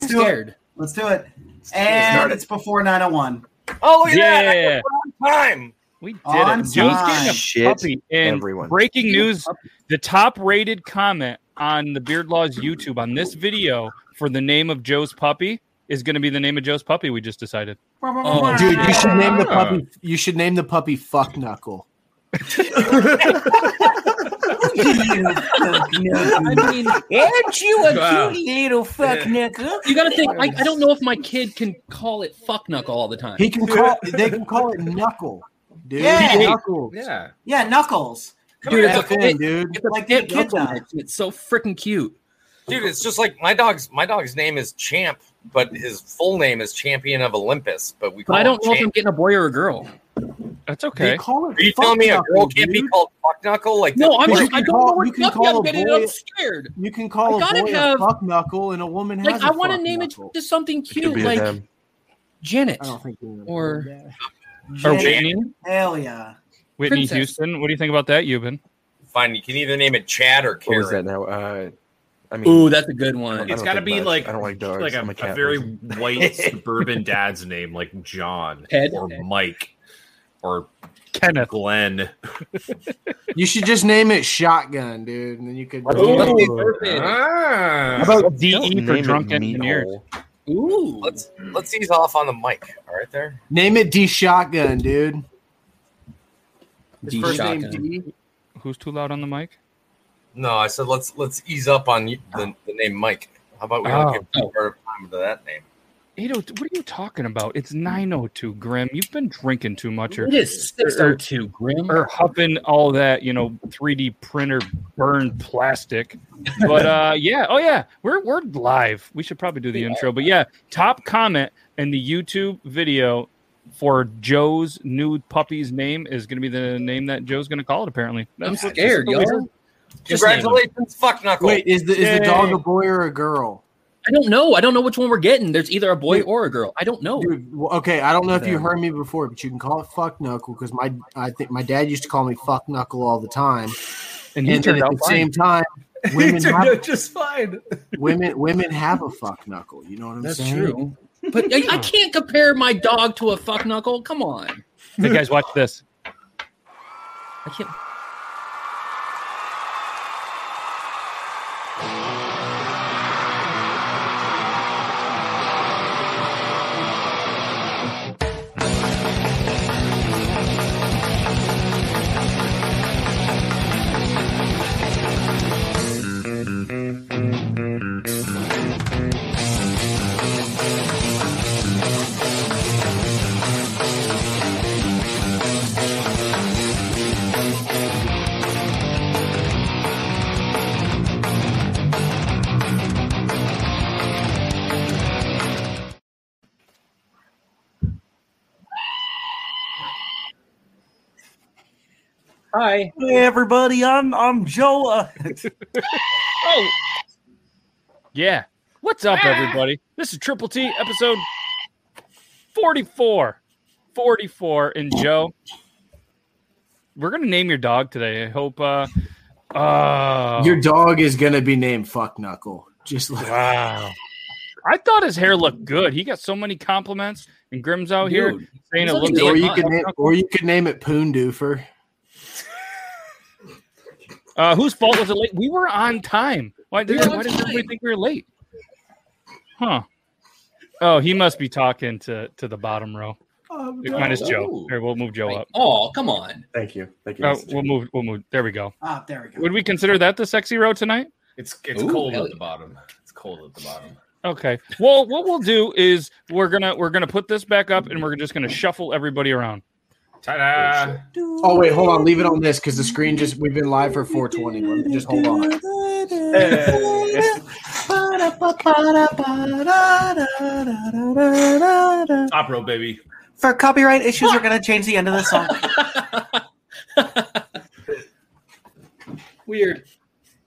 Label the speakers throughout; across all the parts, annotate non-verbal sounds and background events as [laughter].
Speaker 1: Let's do it.
Speaker 2: scared.
Speaker 1: Let's do it.
Speaker 3: Start
Speaker 1: And
Speaker 3: it.
Speaker 1: it's before 901.
Speaker 4: Oh, look at that. I
Speaker 5: Yeah.
Speaker 4: got one time.
Speaker 5: We did
Speaker 1: On
Speaker 5: it. Dude's getting a
Speaker 3: Shit,
Speaker 5: puppy. And
Speaker 3: everyone.
Speaker 5: breaking news: the top-rated comment on the Beard Laws YouTube on this video for the name of Joe's puppy is going to be the name of Joe's puppy. We just decided.
Speaker 2: Oh,
Speaker 6: Dude, you should name the puppy. You should name the puppy Fuck Knuckle.
Speaker 7: [laughs]
Speaker 2: I mean,
Speaker 8: Aren't you a
Speaker 4: Wow.
Speaker 8: cute little fuck knuckle?
Speaker 2: you got to think. I, I don't know if my kid can call it fuck knuckle all the time.
Speaker 6: He can call. They can call it Knuckle. Dude,
Speaker 1: Yeah.
Speaker 6: Knuckle.
Speaker 4: Yeah.
Speaker 1: Yeah, Knuckles.
Speaker 2: Dude, it's
Speaker 6: F
Speaker 2: a,
Speaker 6: in,
Speaker 2: it,
Speaker 6: dude.
Speaker 2: it's a
Speaker 1: Like
Speaker 2: like
Speaker 1: the kid dog.
Speaker 2: It's so freaking cute.
Speaker 4: Dude, it's just like my dog's my dog's name is Champ, but his full name is Champion of Olympus. But we call
Speaker 1: Oh,
Speaker 2: But I don't
Speaker 4: him
Speaker 2: know if I'm
Speaker 4: Champ.
Speaker 2: getting a boy or a girl.
Speaker 5: That's
Speaker 6: They
Speaker 5: okay.
Speaker 6: call it.
Speaker 4: Are you
Speaker 6: Fuck
Speaker 4: telling me a
Speaker 6: Knuckle,
Speaker 4: girl can't be
Speaker 6: dude.
Speaker 4: called fuck knuckle? Like
Speaker 2: No, I'm.
Speaker 6: But
Speaker 4: that's-
Speaker 6: you
Speaker 2: Just,
Speaker 6: can
Speaker 2: I don't
Speaker 6: call-
Speaker 2: know
Speaker 6: you
Speaker 2: where
Speaker 6: can
Speaker 2: fuck
Speaker 6: call
Speaker 2: I'm
Speaker 6: a
Speaker 2: getting.
Speaker 6: boy-
Speaker 2: I'm scared.
Speaker 6: You can call
Speaker 2: I
Speaker 6: a
Speaker 2: gotta
Speaker 6: boy
Speaker 2: have-
Speaker 6: a fuck knuckle, and a woman has
Speaker 2: Like I
Speaker 6: a
Speaker 2: want to
Speaker 6: fuck
Speaker 2: name it
Speaker 6: knuckle.
Speaker 2: to something
Speaker 3: Could
Speaker 2: cute,
Speaker 3: be a
Speaker 2: like
Speaker 3: them.
Speaker 2: Janet.
Speaker 6: I don't think they're gonna do
Speaker 2: Or-
Speaker 6: that.
Speaker 5: Or
Speaker 1: Janet.
Speaker 5: Whitney,
Speaker 1: Hell yeah.
Speaker 5: Ah. Whitney
Speaker 2: Princess.
Speaker 5: Houston. What do you think about that, Euban?
Speaker 4: fine. You can either name it Chad or
Speaker 3: What was that
Speaker 4: Karen.
Speaker 3: now? Uh, I mean,
Speaker 2: Ooh, that's a good
Speaker 3: I
Speaker 2: one.
Speaker 3: don't
Speaker 9: It's got to
Speaker 3: think
Speaker 9: be
Speaker 3: much.
Speaker 9: like
Speaker 3: I don't like dogs.
Speaker 9: like a,
Speaker 3: I'm a
Speaker 9: a
Speaker 3: cat
Speaker 9: very
Speaker 3: person. [laughs]
Speaker 9: white suburban dad's name, like John
Speaker 2: Ted?
Speaker 9: or Mike or
Speaker 5: Kenneth.
Speaker 9: Glenn.
Speaker 6: You should just name it Shotgun, dude, and then you could.
Speaker 2: Let's be
Speaker 3: Ooh.
Speaker 2: perfect.
Speaker 9: Ah.
Speaker 5: about
Speaker 3: Don't
Speaker 5: DE
Speaker 3: name
Speaker 5: for
Speaker 3: it
Speaker 5: drunk
Speaker 3: meat
Speaker 5: engineers?
Speaker 3: hole.
Speaker 2: Ooh,
Speaker 4: Let's let's ease off on the mic. All right, there.
Speaker 6: Name it D Shotgun, dude. His
Speaker 2: D
Speaker 6: first
Speaker 2: shotgun.
Speaker 6: name D. E.
Speaker 5: Who's too loud on the mic?
Speaker 4: No, I said let's let's ease up on the, the name Mike. How about we don't
Speaker 5: Oh.
Speaker 4: give more time to that name?
Speaker 5: 802. What are you talking about? It's 902, Grim. You've been drinking too much or,
Speaker 2: it is six oh two. Grim.
Speaker 5: or huffing all that, you know, 3D printer burned plastic.
Speaker 2: [laughs]
Speaker 5: But uh yeah, oh yeah, we're we're live. We should probably do the intro. But yeah, top comment in the YouTube video for Joe's new puppy's name is gonna be the name that Joe's gonna call it, apparently.
Speaker 2: I'm
Speaker 5: That's what-
Speaker 2: scared,
Speaker 5: that's what we heard.
Speaker 2: y'all. Just name it.
Speaker 4: Congratulations, fuck knuckle.
Speaker 6: Wait, is the is
Speaker 5: Yay.
Speaker 6: the dog a boy or a girl?
Speaker 2: I don't know. I don't know which one we're getting. There's either a boy or a girl. I don't know.
Speaker 6: Dude, well, okay, I don't know if you heard me before, but you can call it fuck knuckle because my I think my dad used to call me fuck knuckle all the time.
Speaker 5: And
Speaker 6: And,
Speaker 5: he
Speaker 6: then
Speaker 5: turned
Speaker 6: at
Speaker 5: out
Speaker 6: the
Speaker 5: fine.
Speaker 6: same time,
Speaker 7: [laughs]
Speaker 6: women
Speaker 9: turned
Speaker 6: have
Speaker 9: out just fine.
Speaker 6: women women have a fuck knuckle. You know what I'm
Speaker 2: That's
Speaker 6: saying?
Speaker 2: true. But I, [laughs] I can't compare my dog to a fuck knuckle. Come on.
Speaker 5: Hey guys, watch this.
Speaker 2: I can't. Hi.
Speaker 1: Hey, everybody. I'm I'm Joe. Uh,
Speaker 5: Oh, yeah. What's up,
Speaker 2: Ah.
Speaker 5: everybody? This is Triple T episode 44. 44. And Joe, we're going to name your dog today. I hope. Uh, uh,
Speaker 6: Your dog is gonna be named fuck knuckle. Just like
Speaker 5: wow. I thought his hair looked good. He got so many compliments. And Grim's out here
Speaker 2: Dude,
Speaker 5: saying it
Speaker 2: he's
Speaker 5: looks
Speaker 2: looking
Speaker 6: or
Speaker 5: like
Speaker 6: you
Speaker 2: Damn
Speaker 6: could
Speaker 2: hot.
Speaker 6: name or you could name it Poon Doofer.
Speaker 5: Uh, whose fault was it late? We were on time. Why did,
Speaker 2: We were on
Speaker 5: why did everybody
Speaker 2: time.
Speaker 5: think we were late? Huh. Oh, he must be talking to, to the bottom row. Minus Joe.
Speaker 2: Ooh.
Speaker 5: Here, we'll move Joe up.
Speaker 2: oh, come on.
Speaker 3: Thank you. Thank you.
Speaker 5: Oh,
Speaker 3: Mr.
Speaker 5: we'll move. We'll move. There we go.
Speaker 1: ah, there we
Speaker 5: Would
Speaker 1: go.
Speaker 5: we consider that the sexy row tonight?
Speaker 9: It's it's
Speaker 2: Ooh,
Speaker 9: cold
Speaker 2: hell
Speaker 9: at
Speaker 2: yeah.
Speaker 9: the bottom. It's cold at the bottom.
Speaker 5: Okay. Well, what we'll do is we're gonna we're gonna put this back up, and we're just gonna shuffle everybody around.
Speaker 9: Ta-da!
Speaker 6: Oh wait, hold on. Leave it on this because the screen just we've been live for 420. Let me just hold on.
Speaker 9: Top row, baby.
Speaker 1: For copyright issues, we're going to change the end of the
Speaker 5: [laughs]
Speaker 1: song.
Speaker 2: Weird.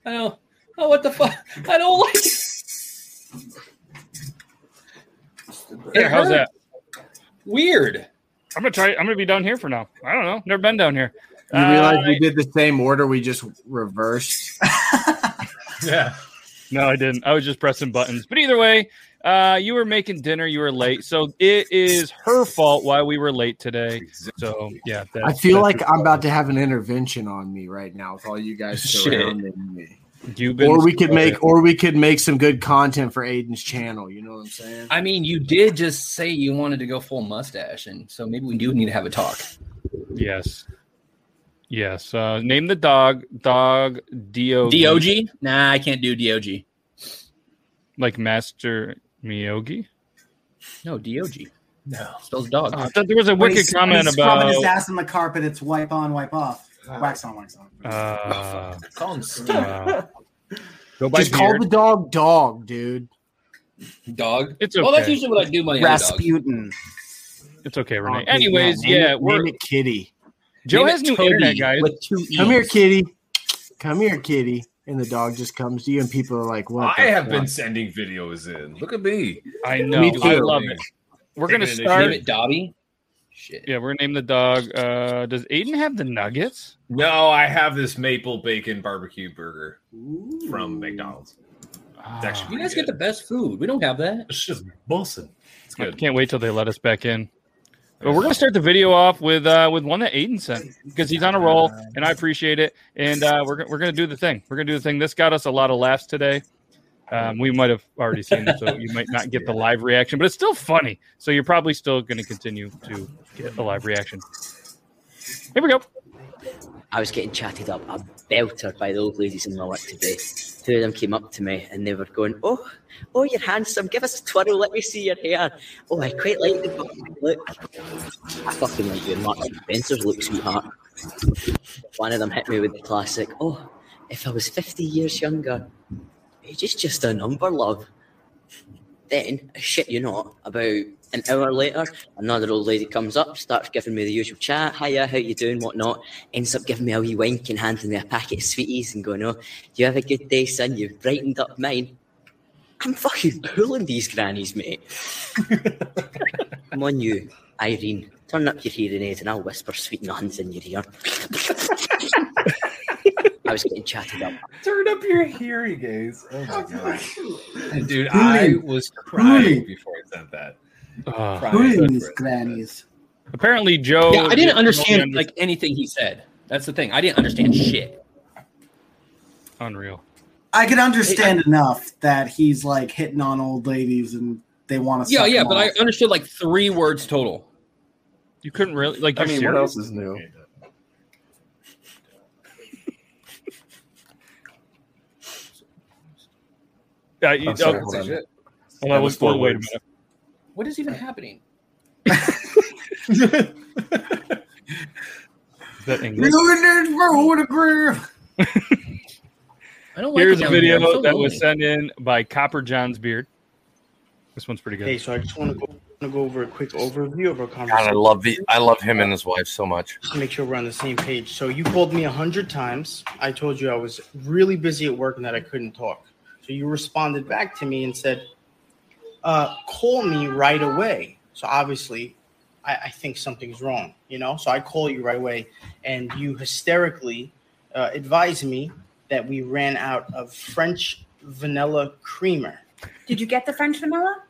Speaker 2: I don't. Oh, what the fuck? I don't like it.
Speaker 5: Yeah, how's that?
Speaker 2: Weird.
Speaker 5: I'm gonna try. I'm gonna be down here for now. I don't know. Never been down here.
Speaker 6: You realize we
Speaker 5: Uh,
Speaker 6: did the same order, we just reversed.
Speaker 9: Yeah.
Speaker 5: No, I didn't. I was just pressing buttons. But either way, Uh, you were making dinner. You were late, so it is her fault why we were late today. So yeah,
Speaker 6: I
Speaker 5: that's-
Speaker 6: feel
Speaker 5: that's
Speaker 6: like
Speaker 5: your
Speaker 6: I'm
Speaker 5: fault.
Speaker 6: about to have an intervention on me right now with all you guys
Speaker 4: Shit.
Speaker 6: surrounding me.
Speaker 5: You've been-
Speaker 6: Or we could make, or we could make some good content for Aiden's channel. You know what I'm saying?
Speaker 10: I mean, you did just say you wanted to go full mustache, and so maybe we do need to have a talk.
Speaker 5: yes, yes. Uh, name the dog. Dog. Dog.
Speaker 10: Dog? Nah, I can't do Dog.
Speaker 5: Like Master Miyogi.
Speaker 10: No, Dog.
Speaker 9: No.
Speaker 10: Spells dog.
Speaker 5: I thought Uh, there was a
Speaker 1: When
Speaker 5: wicked
Speaker 1: he's- when
Speaker 5: comment
Speaker 1: he's scrubbing
Speaker 5: about.
Speaker 1: his ass in the carpet. It's wipe on, wipe off, wax on, wax on.
Speaker 5: Uh,
Speaker 10: Call him Steve.
Speaker 5: wow. Go by
Speaker 6: Just call
Speaker 5: beard.
Speaker 6: the dog, dog, dude.
Speaker 10: dog.
Speaker 5: It's
Speaker 10: Well, that's
Speaker 5: okay.
Speaker 10: usually what I do. My other dog.
Speaker 1: Rasputin.
Speaker 5: It's okay, Renee.
Speaker 10: Oh,
Speaker 6: Dog, dude,
Speaker 5: Anyways,
Speaker 6: name it-
Speaker 5: yeah, we're,
Speaker 6: name it Kitty.
Speaker 5: Joe
Speaker 10: Name it
Speaker 5: has new
Speaker 10: Toady
Speaker 5: internet, guys.
Speaker 10: With two E's.
Speaker 6: Come here, Kitty. Come here, Kitty. And the dog just comes to you, and people are like, "What?"
Speaker 9: I
Speaker 6: the
Speaker 9: have
Speaker 6: fuck?
Speaker 9: been sending videos in. Look at me.
Speaker 5: I know.
Speaker 6: Me too.
Speaker 5: I love it. We're gonna
Speaker 9: Taking
Speaker 10: Name
Speaker 5: start.
Speaker 10: it Dobby. Shit.
Speaker 5: Yeah, we're gonna name the dog. Uh, does Aiden have the nuggets?
Speaker 9: No, I have this maple bacon barbecue burger from McDonald's.
Speaker 5: Ah,
Speaker 9: It's actually
Speaker 10: You guys get the best food. We don't have that.
Speaker 9: It's just Wilson. It's
Speaker 5: I
Speaker 9: good.
Speaker 5: can't wait till they let us back in. But we're gonna start the video off with uh, with one that Aiden sent because he's on a roll, and I appreciate it. And uh, we're go- we're gonna do the thing. We're gonna do the thing. This got us a lot of laughs today. Um, we might have already seen it, so you might not get the live reaction, but it's still funny. So you're probably still gonna continue to get the live reaction. Here we go.
Speaker 11: I was getting chatted up a belter by the old ladies in my work today. Two of them came up to me and they were going, "Oh, oh, you're handsome. Give us a twirl. Let me see your hair. Oh, I quite like the fucking look. I fucking like your Marks and Spencer's look, sweetheart." One of them hit me with the classic, "Oh, if I was 50 years younger, age is just a number, love." Then, shit, you not, about an hour later, another old lady comes up, starts giving me the usual chat, hiya, how you doing, whatnot, ends up giving me a wee wink and handing me a packet of sweeties and going, oh, you have a good day, son, you've brightened up mine. I'm fucking pulling these grannies, mate. Come on, you, Irene, turn up your hearing aid and I'll whisper sweet nuns in your ear.
Speaker 4: [laughs]
Speaker 11: I was getting chatted up.
Speaker 9: Turn up your hearing gaze. Oh
Speaker 10: [laughs]
Speaker 9: my god. Dude, I
Speaker 1: Really?
Speaker 9: was crying
Speaker 1: Really?
Speaker 9: before I sent that.
Speaker 5: Uh,
Speaker 1: Who
Speaker 9: Crying.
Speaker 1: are these grannies?
Speaker 5: apparently, Joe.
Speaker 10: Yeah, I didn't understand like anything he said. That's the thing. I didn't understand shit.
Speaker 5: unreal.
Speaker 1: I can understand enough that he's like hitting on old ladies and they want to.
Speaker 10: Yeah, yeah, but I understood like three words total.
Speaker 5: You couldn't really like.
Speaker 3: I
Speaker 5: You're
Speaker 3: mean,
Speaker 5: serious?
Speaker 3: what else is new?
Speaker 5: Yeah, you,
Speaker 3: I'm sorry,
Speaker 5: oh,
Speaker 3: hold on.
Speaker 10: Shit.
Speaker 5: hold on,
Speaker 3: That was
Speaker 5: wait-
Speaker 3: four
Speaker 5: wait a
Speaker 3: words.
Speaker 5: minute.
Speaker 10: What is even happening?
Speaker 5: Is that English?
Speaker 1: Leonard Verhoeven.
Speaker 10: I don't like
Speaker 5: Here's
Speaker 10: it
Speaker 5: a
Speaker 10: down here.
Speaker 5: video
Speaker 10: I'm so
Speaker 5: that was
Speaker 10: lonely.
Speaker 5: sent in by Copper John's Beard. This one's pretty good.
Speaker 8: Hey, so I just want to go, want to go over a quick overview of our
Speaker 4: God, I
Speaker 8: conversation.
Speaker 4: love the, I love him and his wife so much.
Speaker 8: Just to make sure we're on the same page. So you called me a hundred times. I told you I was really busy at work and that I couldn't talk. So you responded back to me and said, uh, "Call me right away." So obviously, I, I think something's wrong. You know, so I call you right away, and you hysterically uh, advise me that we ran out of French vanilla creamer.
Speaker 12: Did you get the French vanilla?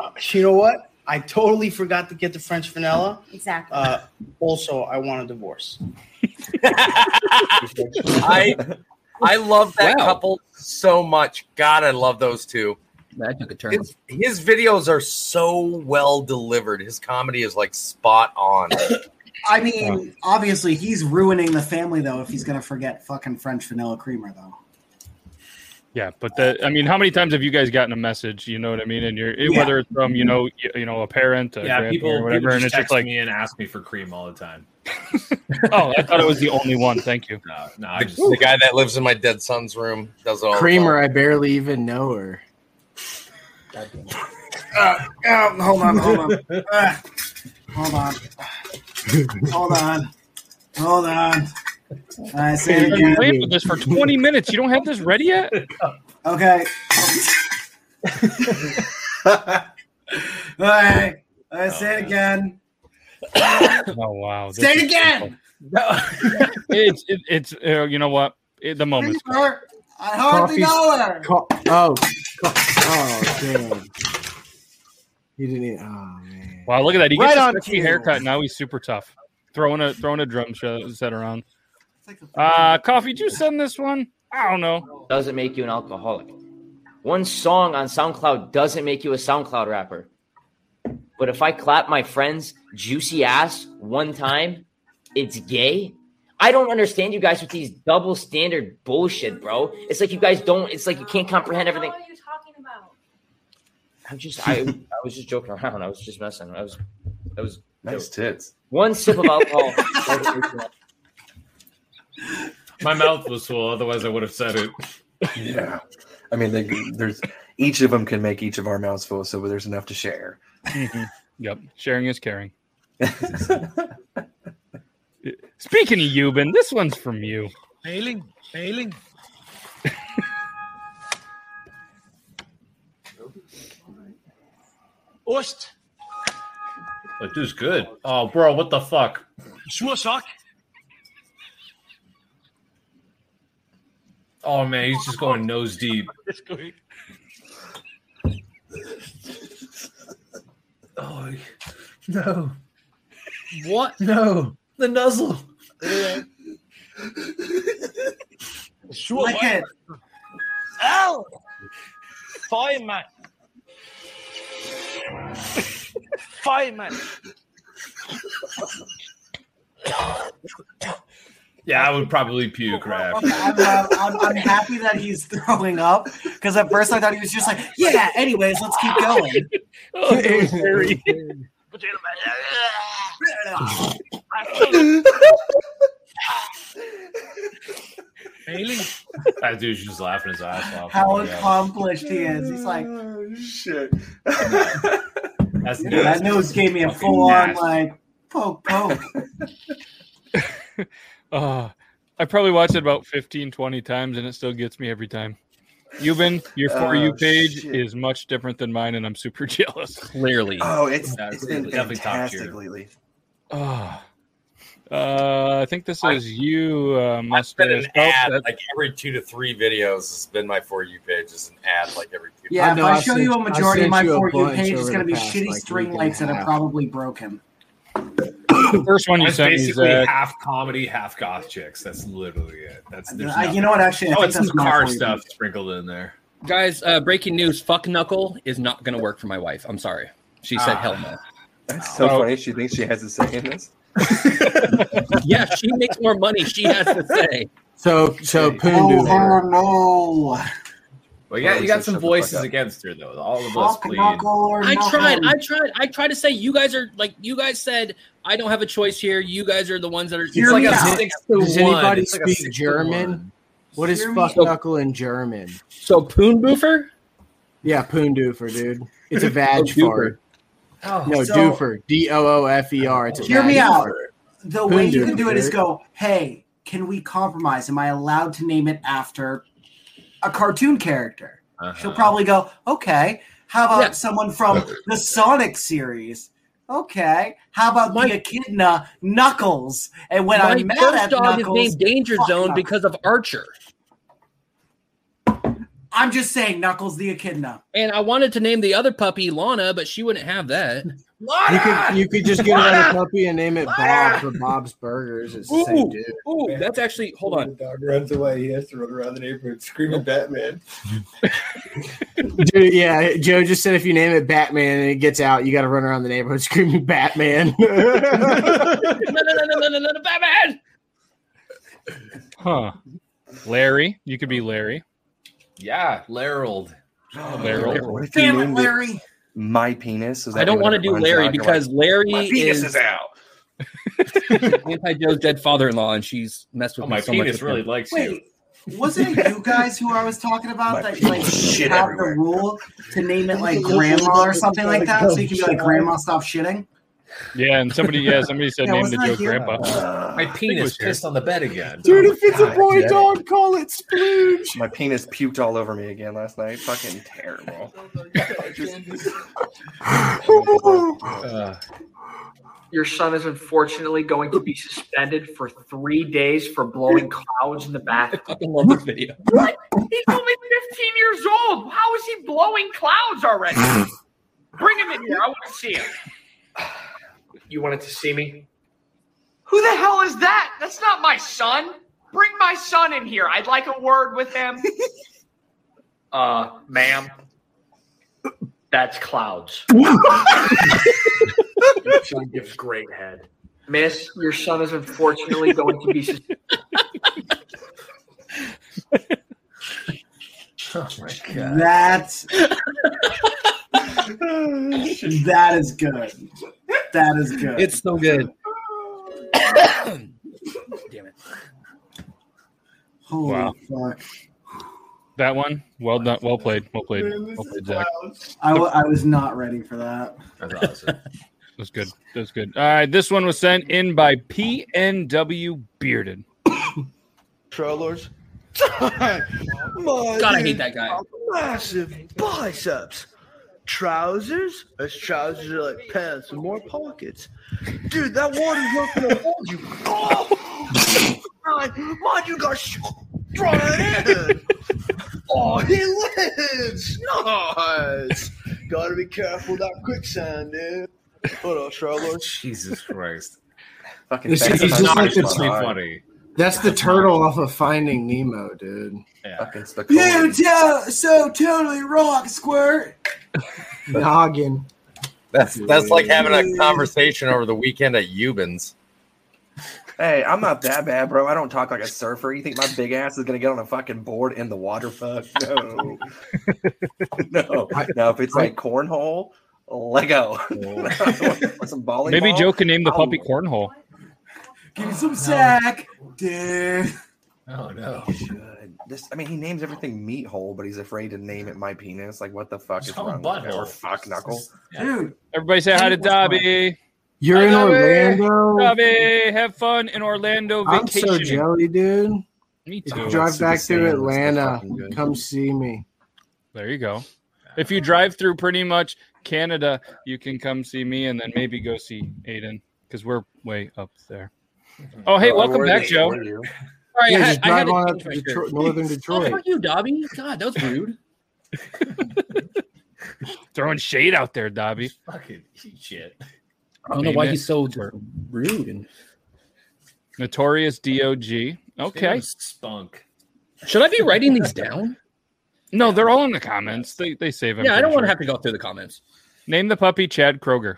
Speaker 8: Uh, you know what? I totally forgot to get the French vanilla.
Speaker 12: Exactly.
Speaker 8: Uh, also, I want a divorce.
Speaker 10: [laughs]
Speaker 4: I I love that
Speaker 10: Wow.
Speaker 4: couple so much. God, I love those two.
Speaker 10: That took a turn.
Speaker 4: His, his videos are so well delivered. His comedy is like spot [coughs] on.
Speaker 1: I mean, obviously he's ruining the family though if he's gonna forget fucking French vanilla creamer though.
Speaker 5: Yeah, but the I mean, how many times have you guys gotten a message? You know what I mean? And you're
Speaker 1: Yeah.
Speaker 5: whether it's from you know you, you know a parent, a
Speaker 9: Yeah,
Speaker 5: grandparent,
Speaker 9: people,
Speaker 5: or
Speaker 9: people
Speaker 5: whatever, and
Speaker 9: just
Speaker 5: it's just
Speaker 9: text
Speaker 5: like,
Speaker 9: me and ask me for cream all the time.
Speaker 5: [laughs] oh, [laughs] I thought it was the only one. Thank you.
Speaker 9: No, no, I
Speaker 4: The,
Speaker 9: just
Speaker 4: the guy that lives in my dead son's room does it all. the
Speaker 6: Kramer,
Speaker 4: time.
Speaker 6: I barely even know her.
Speaker 1: Oh, hold on,
Speaker 10: [laughs]
Speaker 1: hold on. Ah, hold on. Hold on. Hold on. I say it
Speaker 5: You've been
Speaker 1: again.
Speaker 5: playing with this for 20 minutes. You don't have this ready yet.
Speaker 1: Okay. All right. I say it again.
Speaker 5: Oh wow!
Speaker 1: Say
Speaker 5: This
Speaker 1: it
Speaker 5: is
Speaker 1: again.
Speaker 5: awful. [laughs] It's it, it's uh, you know what? It, the moment's
Speaker 1: Creamer, I hardly
Speaker 6: Coffee's-
Speaker 1: know her.
Speaker 6: Ca- oh, Oh damn! He didn't. Eat, oh man!
Speaker 5: Wow, look at that. He
Speaker 6: Right
Speaker 5: gets
Speaker 6: on
Speaker 5: a sexy
Speaker 6: cue.
Speaker 5: haircut. Now he's super tough. Throwing a throwing a drum sh- set around. Uh, coffee, did you send this one? I don't know.
Speaker 13: Doesn't make you an alcoholic. One song on SoundCloud doesn't make you a SoundCloud rapper. But if I clap my friend's juicy ass one time, it's gay. I don't understand you guys with these double standard bullshit, bro. It's like you guys don't. It's like you can't comprehend everything.
Speaker 12: What are you talking about?
Speaker 13: I'm just. I, I was just joking around. I was just messing. I was. I was.
Speaker 9: Nice tits.
Speaker 13: One sip of alcohol.
Speaker 9: [laughs] My mouth was full, otherwise I would have said it.
Speaker 3: Yeah. I mean, they, there's each of them can make each of our mouths full, so there's enough to share.
Speaker 5: Mhm. Yep. Sharing is caring. Speaking of you, Ben, this one's from you.
Speaker 14: Failing, failing. Ost,
Speaker 9: But dude's good. Oh, bro, what the fuck?
Speaker 14: Zworzak.
Speaker 9: Oh man, he's just going nose deep. Oh no!
Speaker 2: What?
Speaker 9: No, the nuzzle.
Speaker 1: Lick it.
Speaker 14: Ow! Fine, man. Fine,
Speaker 9: [laughs]
Speaker 14: man.
Speaker 9: Yeah, I would probably puke right after.
Speaker 1: I'm, uh, I'm, I'm happy that he's throwing up because at first I thought he was just like, yeah, anyways, let's keep going.
Speaker 5: [laughs] Oh,
Speaker 6: [laughs]
Speaker 14: Failing.
Speaker 9: That dude's just laughing his ass off.
Speaker 1: How
Speaker 9: Oh, yeah.
Speaker 1: accomplished he is. He's like,
Speaker 3: shit.
Speaker 9: That's
Speaker 1: Yeah, [laughs] that nose gave me a full on, like, poke, poke.
Speaker 5: Uh, I probably watched it about 15, 20 times, and it still gets me every time. Euban, your for
Speaker 3: Oh,
Speaker 5: you page
Speaker 3: shit.
Speaker 5: is much different than mine, and I'm super [laughs] jealous.
Speaker 14: Clearly.
Speaker 3: Oh, it's, it's been fantastic lately.
Speaker 5: Oh. Uh, I think this is you, uh,
Speaker 4: Been
Speaker 5: mustache.
Speaker 4: an ad like every two to three videos has been my for you page. Is an ad like every two.
Speaker 1: [laughs] Yeah, if
Speaker 4: no,
Speaker 1: I show you a
Speaker 6: sent- I
Speaker 1: majority of
Speaker 6: sent
Speaker 1: my
Speaker 6: you a
Speaker 1: For You
Speaker 6: bunch
Speaker 1: page, it's
Speaker 6: over
Speaker 1: going to
Speaker 6: the
Speaker 1: be
Speaker 6: past,
Speaker 1: shitty
Speaker 6: like,
Speaker 1: string
Speaker 6: week and
Speaker 1: lights
Speaker 6: a
Speaker 1: that are
Speaker 6: half.
Speaker 1: probably broken.
Speaker 5: the first one you
Speaker 9: That's
Speaker 5: sent me,
Speaker 9: basically
Speaker 5: Zach.
Speaker 9: half comedy, half goth chicks. That's literally it. That's there's
Speaker 1: I- you
Speaker 9: nothing.
Speaker 1: know what, actually, I
Speaker 9: oh,
Speaker 1: think
Speaker 9: it's some
Speaker 1: that's my
Speaker 9: car
Speaker 1: favorite.
Speaker 9: stuff sprinkled in there.
Speaker 2: Guys, uh, breaking news: Fuck Knuckle is not going to work for my wife. I'm sorry. She said
Speaker 3: Ah.
Speaker 2: hell no.
Speaker 3: That's so funny. She thinks she has a say in this.
Speaker 2: [sighs] yeah, she makes more money. She has to
Speaker 15: [laughs]
Speaker 2: say.
Speaker 6: So so Poon
Speaker 1: Oh,
Speaker 6: do that.
Speaker 1: no.
Speaker 9: Well,
Speaker 2: Oh,
Speaker 9: yeah, you
Speaker 2: so
Speaker 9: got some
Speaker 2: shut the fuck
Speaker 9: voices
Speaker 2: up.
Speaker 9: against her though. All of us
Speaker 1: Fuck
Speaker 9: plead.
Speaker 1: knuckle or
Speaker 2: I
Speaker 1: knuckle.
Speaker 2: tried. I tried. I tried to say you guys are like you guys said. I don't have a choice here. You guys are the ones that are.
Speaker 1: Hear me out.
Speaker 6: Does anybody
Speaker 2: It's like a
Speaker 6: speak
Speaker 2: six to
Speaker 6: German?
Speaker 2: one.
Speaker 6: What is
Speaker 2: Hear me
Speaker 6: fuck
Speaker 2: out.
Speaker 6: knuckle in German?
Speaker 2: So Poonboofer?
Speaker 6: Yeah, Poondoofer, dude.
Speaker 5: [laughs]
Speaker 6: It's a vag
Speaker 2: Oh,
Speaker 6: fart.
Speaker 1: Oh,
Speaker 6: no,
Speaker 1: so-
Speaker 6: doofer. D O O F E R. It's a
Speaker 1: Hear
Speaker 6: vag
Speaker 1: me out.
Speaker 6: fart.
Speaker 1: The way you can do it is
Speaker 6: Poondoofer.
Speaker 1: go, hey, can we compromise? Am I allowed to name it after a cartoon character? She'll probably go, okay. How about someone from the Sonic series? Okay. How about the echidna Knuckles? And when
Speaker 2: my
Speaker 1: I'm mad
Speaker 2: first
Speaker 1: at
Speaker 2: dog
Speaker 1: Knuckles,
Speaker 2: is named Danger
Speaker 1: fuck
Speaker 2: Zone
Speaker 1: Knuckles.
Speaker 2: because of Archer,
Speaker 1: I'm just saying Knuckles the echidna.
Speaker 2: and I wanted to name the other puppy Lana, but she wouldn't have that.
Speaker 6: You could you could just get another puppy and name it Bob for Bob's Burgers. It's the same
Speaker 2: Ooh,
Speaker 6: dude.
Speaker 2: ooh, that's actually. Hold on.
Speaker 15: dog runs away. He has to run around the neighborhood screaming Batman.
Speaker 6: Dude, yeah, Joe just said if you name it Batman and it gets out, you got to run around the neighborhood [laughs] screaming Batman. [laughs]
Speaker 2: no, no, no, no, no, no, no, no, Batman.
Speaker 5: Huh. Larry, you could be Larry.
Speaker 9: Yeah, Larold.
Speaker 5: Larold.
Speaker 3: What if
Speaker 5: Damn
Speaker 3: you
Speaker 5: it,
Speaker 3: named
Speaker 1: Larry.
Speaker 3: My penis. Is
Speaker 2: I don't want to
Speaker 3: to
Speaker 2: do Larry because Larry
Speaker 3: My penis is
Speaker 2: out. Anti Joe's dead father-in-law, and she's messed with
Speaker 9: Oh,
Speaker 2: me
Speaker 9: my
Speaker 2: so
Speaker 9: penis
Speaker 2: much.
Speaker 9: really likes
Speaker 1: Wait, wasn't it you guys who I was talking about that like
Speaker 3: shit
Speaker 1: have the rule to name it like grandma or something like that? So you can be like, grandma, stop shitting.
Speaker 5: Yeah, and somebody, yeah, somebody
Speaker 3: [laughs]
Speaker 5: said
Speaker 1: Yeah,
Speaker 5: name the
Speaker 1: wasn't I
Speaker 5: Joe
Speaker 1: here?
Speaker 5: Grandpa.
Speaker 9: My penis pissed on the bed again.
Speaker 6: Dude, if it's a boy
Speaker 3: damn it.
Speaker 6: dog, call it
Speaker 1: [laughs]
Speaker 6: Splooge.
Speaker 3: My penis puked all over me again last night. Fucking terrible.
Speaker 9: Uh,
Speaker 16: Your son is unfortunately going to be suspended for three days for blowing clouds in the
Speaker 2: [laughs]
Speaker 16: bathroom. I fucking love this video. What? He's only 15 years old. How is he blowing clouds
Speaker 1: [laughs]
Speaker 16: already? Bring him in here. I want to see him. You wanted to see me? Who the hell is that? That's not my son. Bring my son in here. I'd like a word with him. uh, ma'am, that's clouds. Your son gives great head. Miss, your son is unfortunately going to be. sus-
Speaker 1: [laughs] Oh my god. [laughs]
Speaker 6: [laughs]
Speaker 1: That's that is good. That is good.
Speaker 2: It's so good.
Speaker 1: Damn it. Holy
Speaker 5: Wow.
Speaker 1: fuck.
Speaker 5: That one, well done, well played, well played, well played, Zach.
Speaker 1: I, w- I was not ready for that.
Speaker 5: That's good. That's good. All right, this one was sent in by PNW Bearded.
Speaker 10: [laughs]
Speaker 14: Trollers.
Speaker 10: God, I hate that guy.
Speaker 14: Massive biceps. Trousers? His trousers are like pants with more pockets. Dude, that water's not gonna hold you. Oh! [laughs] Mine, mine, you got sh- drawn in. Oh, he lives. Nice. Gotta be careful with that quicksand, dude. What up, Trollers?
Speaker 9: Jesus Christ.
Speaker 3: Fucking
Speaker 6: This is just like the
Speaker 9: funny.
Speaker 6: That's the turtle off of Finding Nemo, dude.
Speaker 3: Fucking
Speaker 1: You to- so totally rock, Squirt.
Speaker 6: [laughs] Noggin.
Speaker 4: That's that's like having a conversation over the weekend at Ubin's.
Speaker 3: Hey, I'm not that bad, bro. I don't talk like a surfer. You think my big ass is gonna get on a fucking board in the water? Fuck no, [laughs] no, no. If it's like cornhole, [laughs] Lego, or some volleyball.
Speaker 5: Maybe Joe can name the puppy Cornhole.
Speaker 1: Give me some sack, dude.
Speaker 9: Oh no.
Speaker 3: This, I mean, he names everything meat hole, but he's afraid to name it my penis. Like, what the fuck is
Speaker 9: Some
Speaker 3: wrong with that?
Speaker 9: butthole.
Speaker 3: Or fuck knuckle?
Speaker 1: Dude,
Speaker 5: everybody say hi to Dobby.
Speaker 6: You're
Speaker 5: Hi,
Speaker 6: in
Speaker 5: Dobby.
Speaker 6: Orlando.
Speaker 5: Dobby, have fun in Orlando
Speaker 6: I'm
Speaker 5: vacation.
Speaker 6: so jelly, dude.
Speaker 5: Me
Speaker 6: If
Speaker 5: too.
Speaker 6: you drive
Speaker 5: Super
Speaker 6: back
Speaker 5: Saiyan
Speaker 6: to
Speaker 5: looks so
Speaker 6: Atlanta,
Speaker 5: fucking good.
Speaker 6: come see me.
Speaker 5: There you go. If you drive through pretty much Canada, you can come see me and then maybe go see Aiden because we're way up there. Oh, hey,
Speaker 3: Or
Speaker 5: welcome
Speaker 3: were
Speaker 5: back,
Speaker 3: they-
Speaker 5: Joe.
Speaker 3: were you?
Speaker 2: Sorry,
Speaker 6: Yeah,
Speaker 2: I
Speaker 6: just
Speaker 2: had, I had
Speaker 6: drive on
Speaker 2: to
Speaker 6: up
Speaker 2: change
Speaker 6: to
Speaker 2: my
Speaker 6: Detroit,
Speaker 2: shirt. [laughs]
Speaker 6: northern
Speaker 2: Oh,
Speaker 6: Detroit.
Speaker 2: fuck you, Dobby. God, that was rude.
Speaker 5: Throwing shade out there, Dobby.
Speaker 9: Fucking shit.
Speaker 5: I
Speaker 10: don't know why he's
Speaker 5: so rude and notorious. Dog. Okay.
Speaker 9: Spunk.
Speaker 5: Should I be writing these down? [laughs] No, they're all in the comments. They they save.
Speaker 2: Yeah, I don't wanna have
Speaker 5: to go through the comments. Name the puppy Chad Kroger.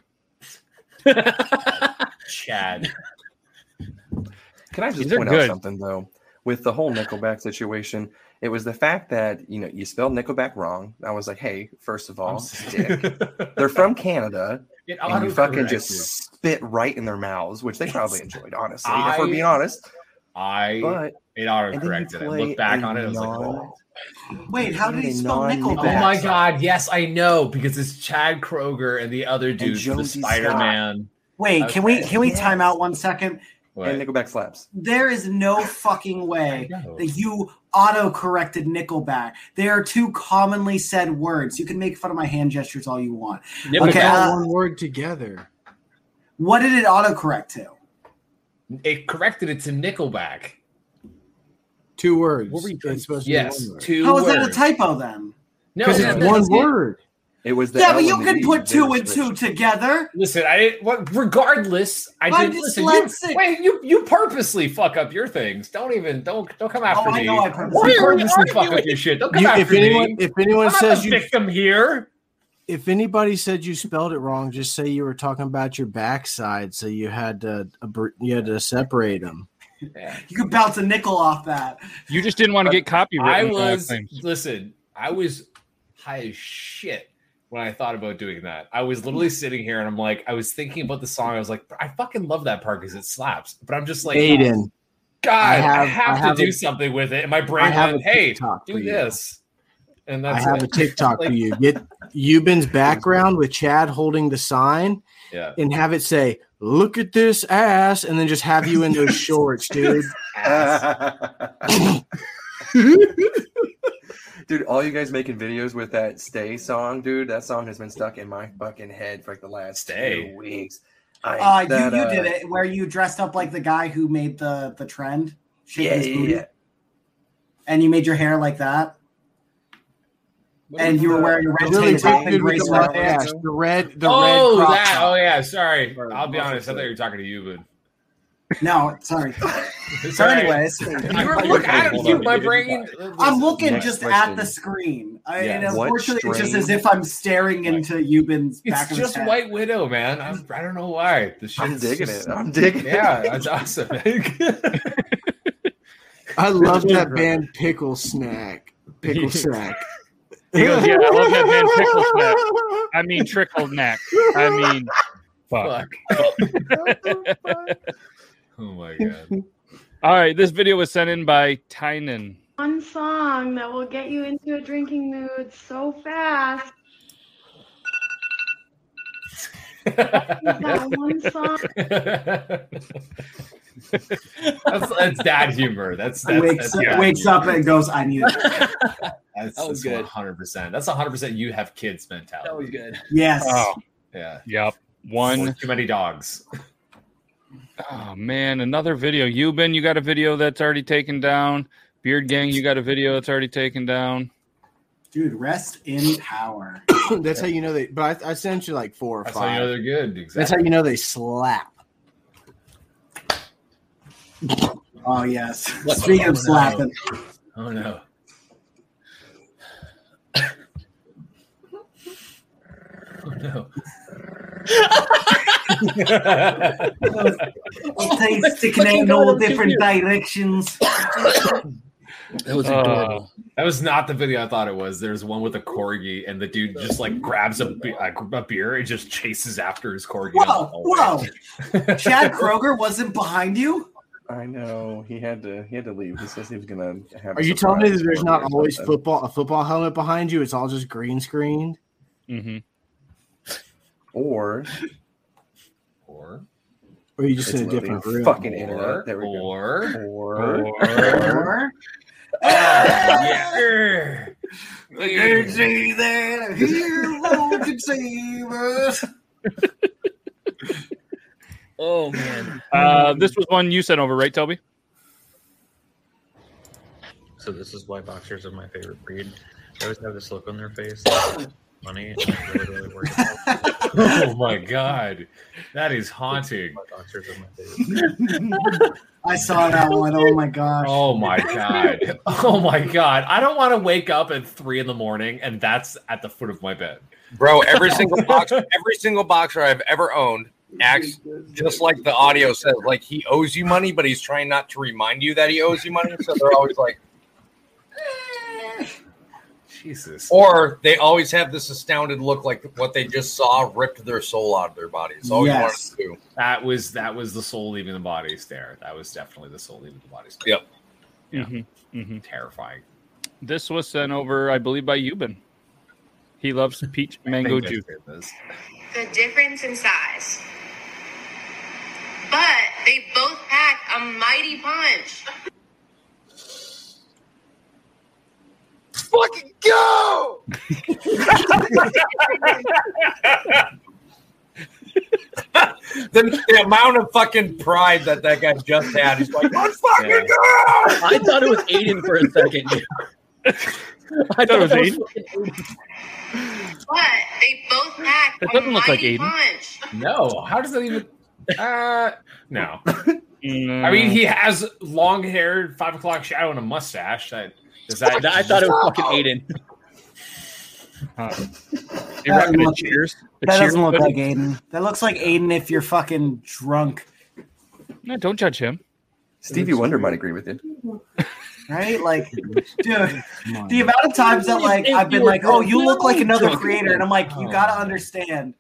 Speaker 9: Chad.
Speaker 3: Can I just
Speaker 5: These are
Speaker 3: point out
Speaker 5: good.
Speaker 3: something though? With the whole Nickelback situation, it was the fact that you know you spelled Nickelback wrong. I was like, hey, first of all, dick.
Speaker 9: [laughs]
Speaker 3: they're from Canada,
Speaker 9: It
Speaker 3: and you fucking
Speaker 9: autocorrected.
Speaker 3: just spit right in their mouths, which they probably enjoyed, honestly. if
Speaker 9: I-
Speaker 3: we're being honest,
Speaker 9: I
Speaker 3: But-
Speaker 9: it
Speaker 3: and then
Speaker 9: auto
Speaker 3: you
Speaker 9: corrected. I
Speaker 3: play
Speaker 9: looked back
Speaker 3: a
Speaker 9: on it. I was like, oh.
Speaker 1: Wait, how did he
Speaker 3: a
Speaker 1: spell
Speaker 3: non-
Speaker 1: Nickelback?
Speaker 9: Oh my god, yes, I know because it's Chad Kroger and the other dude,
Speaker 1: Jonesy
Speaker 9: the Spider Man.
Speaker 1: Wait, can we can we time out one second?
Speaker 3: and Nickelback slaps.
Speaker 1: There is no fucking way that you auto corrected Nickelback. They are two commonly said words. You can make fun of my hand gestures all you want.
Speaker 6: But
Speaker 1: okay,
Speaker 6: they're all
Speaker 1: uh,
Speaker 6: one word together.
Speaker 1: what did it autocorrect to?
Speaker 9: It corrected it to Nickelback.
Speaker 6: Two words.
Speaker 9: What were you
Speaker 6: It's supposed to be
Speaker 9: Yes,
Speaker 6: one word.
Speaker 9: two.
Speaker 1: How is that a
Speaker 9: words.
Speaker 1: typo then?
Speaker 9: No,
Speaker 6: Because
Speaker 9: no,
Speaker 6: it's
Speaker 9: no,
Speaker 6: one
Speaker 9: it's-
Speaker 6: word.
Speaker 3: It was
Speaker 1: yeah, but you can put two and two together.
Speaker 9: Listen, I didn't. What, regardless, I
Speaker 1: I'm
Speaker 9: did. Listen, you,
Speaker 1: dyslexic.
Speaker 9: wait, you you purposely fuck up your things. Don't even don't don't
Speaker 6: Oh,
Speaker 9: come after
Speaker 1: I
Speaker 9: me.
Speaker 1: know I purposely-
Speaker 9: Why are you
Speaker 1: purposely
Speaker 9: arguing
Speaker 1: fuck up
Speaker 9: your shit? Don't Oh, come
Speaker 6: You-
Speaker 9: after
Speaker 6: if anyone,
Speaker 9: me.
Speaker 6: if anyone
Speaker 9: I'm not
Speaker 6: says
Speaker 9: the
Speaker 6: you
Speaker 9: victim here,
Speaker 6: if anybody said you spelled it wrong, just say you were talking about your backside, so you had to abr- you had to separate them.
Speaker 1: You could bounce a nickel off that.
Speaker 5: You just didn't want to get uh, copyright.
Speaker 9: I was listen. I was high as shit when I thought about doing that. I was literally sitting here and I'm like, I was thinking about the song. I was like, I fucking love that part because it slaps. But I'm just like,
Speaker 6: Aiden,
Speaker 9: God, I
Speaker 6: I
Speaker 9: have,
Speaker 6: have- I have
Speaker 9: to do
Speaker 6: a-
Speaker 9: something with it. And my
Speaker 6: I
Speaker 9: brain
Speaker 6: have
Speaker 9: went,
Speaker 6: a
Speaker 9: hey,
Speaker 6: TikTok
Speaker 9: do
Speaker 6: for you.
Speaker 9: this. And
Speaker 6: I
Speaker 9: that's
Speaker 6: have a
Speaker 9: it. [laughs]
Speaker 6: TikTok
Speaker 9: Like,
Speaker 6: for you. Get Eubin's background with Chad holding the sign,
Speaker 9: Yeah.
Speaker 6: and have it say "Look at this ass," and then just have you
Speaker 9: [laughs]
Speaker 6: in those shorts, dude.
Speaker 1: [laughs]
Speaker 3: dude, all you guys making videos with that "Stay" song, dude. That song has been stuck in my fucking head for like the last
Speaker 9: Stay.
Speaker 3: two weeks.
Speaker 1: uh,
Speaker 3: that,
Speaker 1: you, you
Speaker 3: uh,
Speaker 1: did it where you dressed up like the guy who made the the trend. Shake
Speaker 3: Yeah,
Speaker 1: and
Speaker 3: yeah,
Speaker 1: Spoon,
Speaker 3: yeah.
Speaker 1: And you made your hair like that. and you were wearing a red
Speaker 6: really
Speaker 1: tank top and
Speaker 6: big dude with
Speaker 1: gray
Speaker 6: the
Speaker 1: sweater.
Speaker 6: mustache, the red, the
Speaker 9: oh,
Speaker 6: red crop
Speaker 9: that.
Speaker 6: top.
Speaker 9: Oh, yeah. Sorry. I'll be
Speaker 6: muscle
Speaker 9: honest. I thought you were talking to you,
Speaker 1: No,
Speaker 9: [laughs]
Speaker 1: sorry.
Speaker 9: but.
Speaker 1: So
Speaker 9: [laughs]
Speaker 1: anyways,
Speaker 9: look, I don't keep my brain.
Speaker 1: I'm looking
Speaker 9: Next
Speaker 1: just
Speaker 9: question.
Speaker 1: at
Speaker 9: [laughs]
Speaker 1: the screen. I,
Speaker 9: Yeah.
Speaker 1: And
Speaker 9: What
Speaker 1: unfortunately, it's just
Speaker 9: strain-
Speaker 1: as if I'm staring into Eubin's back
Speaker 9: It's
Speaker 1: of
Speaker 9: just
Speaker 1: his head.
Speaker 9: White Widow, man. I'm, I don't know why. The shit's
Speaker 3: I'm digging
Speaker 9: just-
Speaker 3: it. I'm digging it.
Speaker 9: Yeah, that's awesome. [laughs]
Speaker 6: I love that band Pickle Snack.
Speaker 9: [laughs]
Speaker 6: Pickle Snack.
Speaker 5: He goes, [laughs] yeah, I love that man pickle snack. I mean trickle neck.
Speaker 9: [laughs]
Speaker 5: I mean, fuck. [laughs]
Speaker 9: oh my god.
Speaker 5: All right, this video was sent in by Tynan.
Speaker 17: One song that will get you into a drinking mood so
Speaker 9: [laughs]
Speaker 17: fast. that one song.
Speaker 9: That's, that's dad humor. That's, that's
Speaker 1: wakes,
Speaker 9: that's dad
Speaker 1: wakes
Speaker 9: humor.
Speaker 1: up and goes, I need
Speaker 9: [laughs]
Speaker 1: it.
Speaker 9: That's, that's 100%. That's 100% you have kids mentality. That was good.
Speaker 1: Yes.
Speaker 5: Oh,
Speaker 9: Yeah.
Speaker 5: Yep. One.
Speaker 9: Too many dogs.
Speaker 5: Oh man, another video. Euban, you got a video that's already taken down. Beard Gang, you got a video that's already taken down.
Speaker 1: Dude, rest in power.
Speaker 6: [coughs] That's how you know they. But I, I sent you like four or
Speaker 9: That's how
Speaker 6: five.
Speaker 9: you know they're good. Exactly.
Speaker 6: That's how you know they slap.
Speaker 9: [laughs]
Speaker 1: Oh
Speaker 6: [laughs]
Speaker 1: yes.
Speaker 9: What-
Speaker 1: Speaking
Speaker 9: oh,
Speaker 1: of
Speaker 9: no.
Speaker 1: slapping,
Speaker 9: Oh no. Oh no.
Speaker 1: things sticking out in all different directions.
Speaker 9: That
Speaker 4: Uh,
Speaker 1: was adorable.
Speaker 9: that was not the video I thought it was. There's one with a corgi, and the dude just like grabs a, be- a, a beer and just chases after his corgi. oh,
Speaker 1: Whoa, whoa!
Speaker 3: [laughs]
Speaker 1: Chad Kroger wasn't behind you.
Speaker 3: I know he had to. He had to leave. He says he was gonna have.
Speaker 6: Are you telling me that there's not always football a football helmet behind you? It's all just green screened.
Speaker 5: Mm-hmm.
Speaker 3: Or
Speaker 9: Or
Speaker 6: Or you just
Speaker 3: It's
Speaker 6: in a
Speaker 3: loading.
Speaker 6: different room.
Speaker 3: Fucking internet. There we go.
Speaker 9: Or
Speaker 3: or
Speaker 1: or.
Speaker 9: yeah.
Speaker 1: Energy that hero can save us.
Speaker 2: [laughs] Oh man.
Speaker 5: Uh, this was one you sent over, right, Toby?
Speaker 18: So this is why boxers are my favorite breed. They always have this look on their face. that's Funny. and I really, really worry about it.
Speaker 9: oh my god, that is haunting.
Speaker 18: Boxers are my favorite.
Speaker 1: I saw that
Speaker 9: [laughs]
Speaker 1: one. Oh my gosh.
Speaker 9: Oh my god. Oh my god. I don't want to wake up at three in the morning and that's at the foot of my bed.
Speaker 4: Bro, every single box, every single boxer I've ever owned acts just like the audio says. Like he owes you money, but he's trying not to remind you that he owes you money. So they're always like,
Speaker 9: Jesus.
Speaker 4: or they always have this astounded look, like what they just saw ripped their soul out of their bodies. Always
Speaker 9: Yes.
Speaker 4: wanted to.
Speaker 9: That was that was the soul leaving the body stare. That was definitely the soul leaving the body stare.
Speaker 4: Yep.
Speaker 9: Yeah.
Speaker 5: Mm-hmm.
Speaker 9: Terrifying.
Speaker 5: This was sent over, I believe, by Euban. He loves
Speaker 3: [laughs]
Speaker 5: peach mango
Speaker 9: I
Speaker 5: juice.
Speaker 9: think I did this.
Speaker 7: the difference in size. But they both pack a mighty punch.
Speaker 14: Fucking go!
Speaker 4: The, the amount of fucking pride that that guy just had. He's like, I'm fucking
Speaker 2: Yeah. I thought it was Aiden for a
Speaker 9: [laughs]
Speaker 2: second. dude. [laughs] I thought it was Aiden.
Speaker 7: But they both pack
Speaker 9: That
Speaker 7: a
Speaker 9: doesn't look like
Speaker 7: mighty
Speaker 9: Aiden.
Speaker 7: punch.
Speaker 9: No. How does that even uh no. I mean he has long hair, five o'clock shadow and a mustache. That does that
Speaker 2: I thought it was fucking Aiden.
Speaker 5: They
Speaker 1: That
Speaker 5: rocking the
Speaker 1: look-
Speaker 5: cheers. The
Speaker 1: That
Speaker 5: cheers
Speaker 1: doesn't look
Speaker 5: button.
Speaker 1: like Aiden. That looks like Aiden if you're fucking drunk,
Speaker 5: No, don't judge him.
Speaker 3: Stevie Wonder might agree with you.
Speaker 1: right? Like, dude, the amount of times that like
Speaker 2: If
Speaker 1: I've been
Speaker 2: you were
Speaker 1: like, "Oh, you look like
Speaker 2: drunk,
Speaker 1: another
Speaker 2: drunk.
Speaker 1: creator," and I'm like, "You
Speaker 2: Oh.
Speaker 1: gotta understand,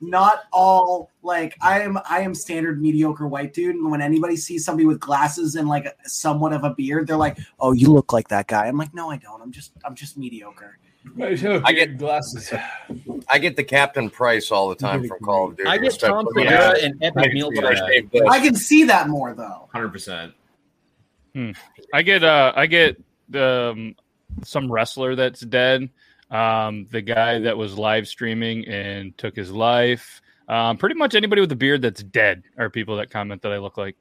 Speaker 1: not all like I am. I am standard mediocre white dude, and when anybody sees somebody with glasses and like somewhat of a beard, they're like, "Oh, you look like that guy." I'm like, "No, I don't. I'm just, I'm just mediocre."
Speaker 4: I get
Speaker 9: glasses.
Speaker 4: I get the Captain Price all the time from Call of Duty.
Speaker 2: I get Tom
Speaker 4: especially-
Speaker 2: Segura and Epic Meal
Speaker 4: I
Speaker 2: Plan.
Speaker 4: shaved this.
Speaker 1: I can see that more though.
Speaker 9: Hundred percent.
Speaker 5: Hmm. I get uh I get um some wrestler that's dead. Um the guy that was live streaming and took his life. Um, pretty much anybody with a beard that's dead are people that comment that I look like.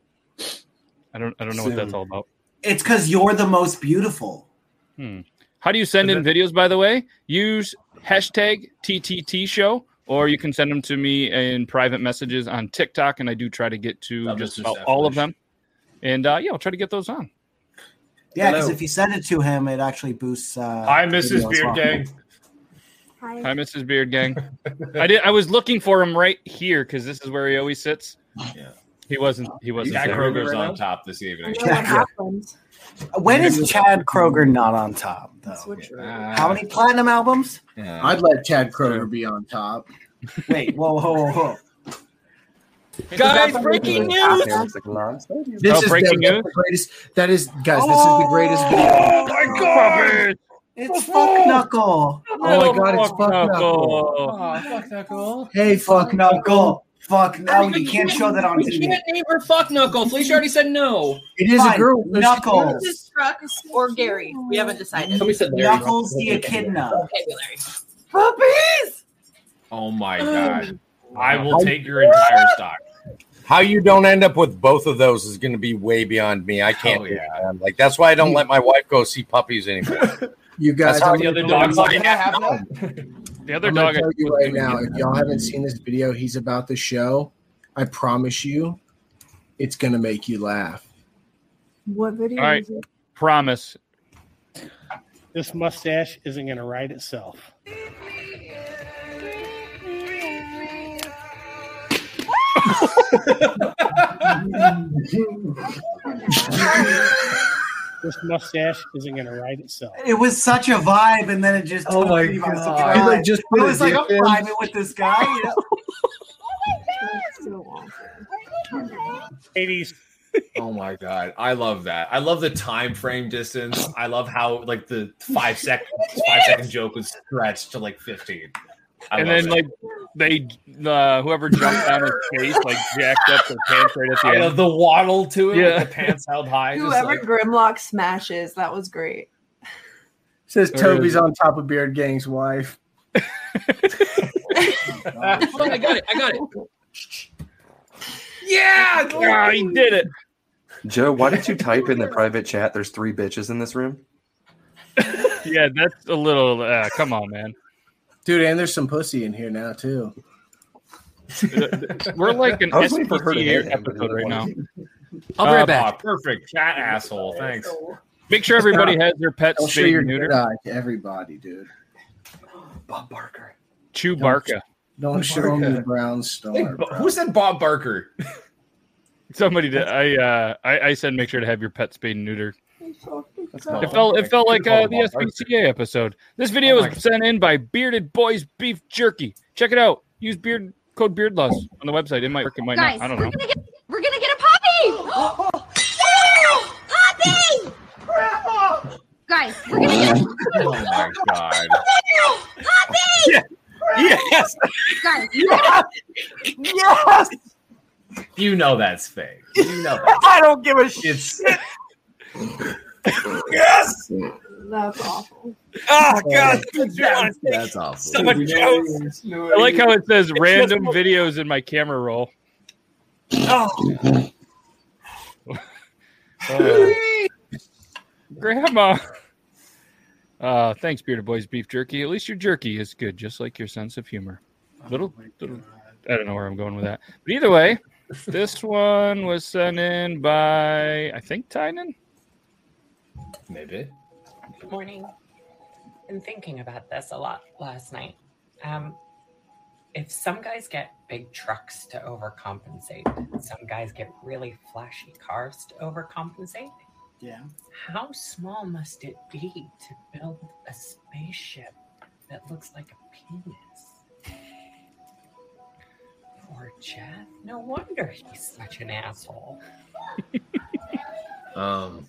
Speaker 5: I don't I don't know what that's all about.
Speaker 1: It's because you're the most beautiful.
Speaker 5: Hmm. How do you send in videos, by the way? Use hashtag TTT show, or you can send them to me in private messages on TikTok, and I do try to get to
Speaker 9: That
Speaker 5: just
Speaker 9: was
Speaker 5: about
Speaker 9: just
Speaker 5: all of them. And uh, yeah, I'll try to get those on.
Speaker 1: Yeah, because
Speaker 5: Hello.
Speaker 1: if you send it to him, it actually boosts. Uh,
Speaker 5: Hi,
Speaker 1: the
Speaker 5: Mrs.
Speaker 1: video as
Speaker 5: Beard
Speaker 1: well.
Speaker 5: Gang. Hi, Mrs. Beard Gang. I did. I was looking for him right here because this is where he always sits.
Speaker 9: Yeah.
Speaker 5: He wasn't. He wasn't.
Speaker 9: got
Speaker 5: there.
Speaker 9: Kroger's on top this evening.
Speaker 1: When is Chad Kroger not on top? Though?
Speaker 9: Ah.
Speaker 1: How many platinum albums?
Speaker 6: I'd let Chad Kroger be on top.
Speaker 1: Wait, whoa, whoa, whoa, whoa.
Speaker 6: Guys,
Speaker 1: breaking
Speaker 6: news! This
Speaker 1: Oh,
Speaker 6: is
Speaker 1: breaking
Speaker 6: the,
Speaker 1: news?
Speaker 6: the greatest. That is, guys. This is the greatest video.
Speaker 1: Oh my god! It's fuck knuckle.
Speaker 6: Oh my god! It's fuck knuckle.
Speaker 2: fuck knuckle.
Speaker 1: Hey, fuck knuckle. Fuck no, you can't show that on
Speaker 2: We
Speaker 1: TV.
Speaker 2: can't name her fuck knuckle. Felicia already said no.
Speaker 1: It is a Fine, girl. Knuckles.
Speaker 19: This is Truck or Gary. We haven't decided.
Speaker 2: Somebody said Larry.
Speaker 1: Knuckles the echidna.
Speaker 19: Okay, Larry. Puppies!
Speaker 9: Oh my god! I will take your entire stock.
Speaker 4: How you don't end up with both of those is going to be way beyond me. I can't. do that. I'm Like that's why I don't let my wife go see puppies anymore.
Speaker 6: You
Speaker 4: That's
Speaker 6: guys,
Speaker 4: how
Speaker 6: I'm
Speaker 4: the other
Speaker 6: gonna-
Speaker 4: dog's like, "Can I have
Speaker 5: The other
Speaker 6: I'm gonna
Speaker 5: dog I
Speaker 6: Tell you
Speaker 5: was
Speaker 6: right
Speaker 5: gonna
Speaker 6: now,
Speaker 5: get
Speaker 6: if y'all haven't seen this video, he's about the show. I promise you, it's gonna make you laugh.
Speaker 20: What video
Speaker 5: All right.
Speaker 20: is it?
Speaker 5: [laughs] Promise.
Speaker 20: This mustache isn't going to write itself. this mustache isn't going to write itself.
Speaker 1: It was such a vibe, and then it just
Speaker 20: Oh my
Speaker 1: took me by
Speaker 20: God.
Speaker 1: surprise.
Speaker 20: He's like, just put
Speaker 1: I
Speaker 20: a
Speaker 1: was like, I'm
Speaker 20: dip in.
Speaker 1: vibing with this guy. You
Speaker 6: [laughs]
Speaker 1: know?
Speaker 20: Eighties.
Speaker 9: Oh my god! I love that. I love the time frame distance. I love how like the five second five second joke was stretched to like fifteen. I
Speaker 5: and
Speaker 9: love
Speaker 5: then
Speaker 9: it.
Speaker 5: like they uh, whoever jumped on his face like [laughs] jacked up their pants right at the
Speaker 9: I
Speaker 5: end.
Speaker 9: know, the waddle to it,
Speaker 5: Yeah.
Speaker 9: with the pants held high. just
Speaker 19: Whoever
Speaker 9: like-
Speaker 19: Grimlock smashes, that was great.
Speaker 6: Says
Speaker 5: There
Speaker 6: Toby's
Speaker 5: is-
Speaker 6: on top of Beard Gang's wife.
Speaker 5: [laughs] Oh,
Speaker 2: Hold on, I got it. I [laughs] got it.
Speaker 9: Yeah,
Speaker 5: Ah, he did it.
Speaker 3: Joe, why did you type in the private chat? There's three bitches in this room.
Speaker 5: Yeah, that's a little. Uh, come on, man.
Speaker 6: Dude, and there's some pussy in here now too.
Speaker 5: [laughs] We're like an
Speaker 6: I was waiting for her to hit
Speaker 5: SPCA
Speaker 6: him, but he
Speaker 5: episode right now.
Speaker 9: I'll
Speaker 6: be right
Speaker 9: Uh,
Speaker 5: Ah,
Speaker 6: back.
Speaker 9: perfect chat asshole. Thanks.
Speaker 5: Make sure
Speaker 6: [laughs]
Speaker 5: everybody has their pet
Speaker 6: I'll show
Speaker 5: spayed
Speaker 6: your
Speaker 5: and neutered. [laughs]
Speaker 6: good eye to everybody, dude.
Speaker 5: Chew Barca.
Speaker 6: Don't show me the brown star.
Speaker 9: But Who said Bob Barker?
Speaker 5: Somebody did. I, uh, I I said make sure to have your pet spayed and neutered.
Speaker 9: Bob
Speaker 5: It felt
Speaker 9: Barker.
Speaker 5: it felt like
Speaker 9: Should've
Speaker 5: uh,
Speaker 9: Oh, called
Speaker 5: the
Speaker 9: him Bob Barker.
Speaker 5: SPCA episode. This video
Speaker 9: Oh my
Speaker 5: was sent in by Bearded Boys Beef Jerky. Check it out. Use beard code Beardless on the website. It might work. It might
Speaker 7: Guys,
Speaker 5: not. I don't
Speaker 7: we're
Speaker 5: know.
Speaker 7: gonna get we're gonna get a [gasps] puppy. puppy! Grandma! Guys, we're gonna get
Speaker 5: [laughs]
Speaker 7: a
Speaker 9: Oh my god!
Speaker 7: puppy!
Speaker 9: Yes,
Speaker 7: Guys,
Speaker 9: yes. You know that's fake. You know that.
Speaker 7: I don't give a
Speaker 9: It's [laughs]
Speaker 7: yes.
Speaker 19: That's awful.
Speaker 7: Oh
Speaker 5: God,
Speaker 7: that's,
Speaker 5: awful.
Speaker 7: so much jokes.
Speaker 5: I like how it says random videos in my camera roll. Uh, grandma. Uh, thanks, Bearded Boys Beef Jerky. At least your jerky is good, just like your sense of humor.
Speaker 9: Oh
Speaker 5: Little, little I don't know where I'm going with that. But
Speaker 9: [laughs]
Speaker 5: either way, this one was sent in by, I think, Tynan.
Speaker 9: Maybe.
Speaker 21: morning. Been thinking about this a lot last night. Um, if some guys get big trucks to overcompensate, some guys get really flashy cars to overcompensate.
Speaker 1: Yeah.
Speaker 21: How small must it be to build a spaceship that looks like a penis? Poor Jeff. No wonder he's such an asshole. [laughs]
Speaker 9: Um,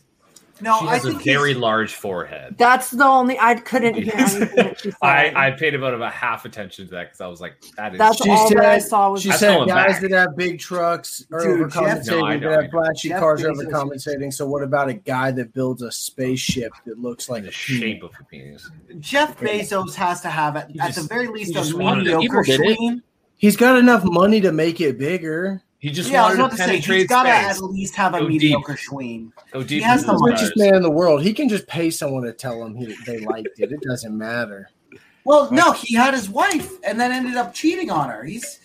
Speaker 21: No,
Speaker 9: she
Speaker 19: I
Speaker 9: has a
Speaker 19: think he's-
Speaker 9: very large forehead.
Speaker 19: That's the only I couldn't hear anything
Speaker 5: [laughs]
Speaker 19: that she
Speaker 9: I,
Speaker 19: said.
Speaker 9: I paid about about half attention to that because I was like, that is.
Speaker 19: That's She all that I said- saw was-
Speaker 6: She
Speaker 9: That's
Speaker 6: said
Speaker 9: going
Speaker 6: guys
Speaker 9: back.
Speaker 6: that have big trucks are
Speaker 9: Dude, Jeff-
Speaker 6: overcompensating,
Speaker 9: No, I know,
Speaker 6: that
Speaker 9: I know.
Speaker 6: have flashy
Speaker 9: Jeff
Speaker 6: cars are
Speaker 9: Bezos is-
Speaker 6: overcompensating. So what about a guy that builds a spaceship that looks like a
Speaker 9: shape of a penis?
Speaker 1: Jeff Bezos has to have at, at the very least
Speaker 6: just
Speaker 1: a
Speaker 6: wanted it.
Speaker 1: mediocre
Speaker 6: People did it.
Speaker 1: spleen.
Speaker 6: He's got enough money to make it bigger.
Speaker 9: He just
Speaker 1: yeah, I was about to say he's got to at least have a
Speaker 6: Go
Speaker 1: mediocre swing.
Speaker 9: Go
Speaker 1: deep He has into the the
Speaker 6: richest
Speaker 1: stars.
Speaker 6: man in the world. He can just pay someone to tell him he, they liked it. It doesn't matter.
Speaker 1: Well, no, he had his wife and then ended up cheating on her. He's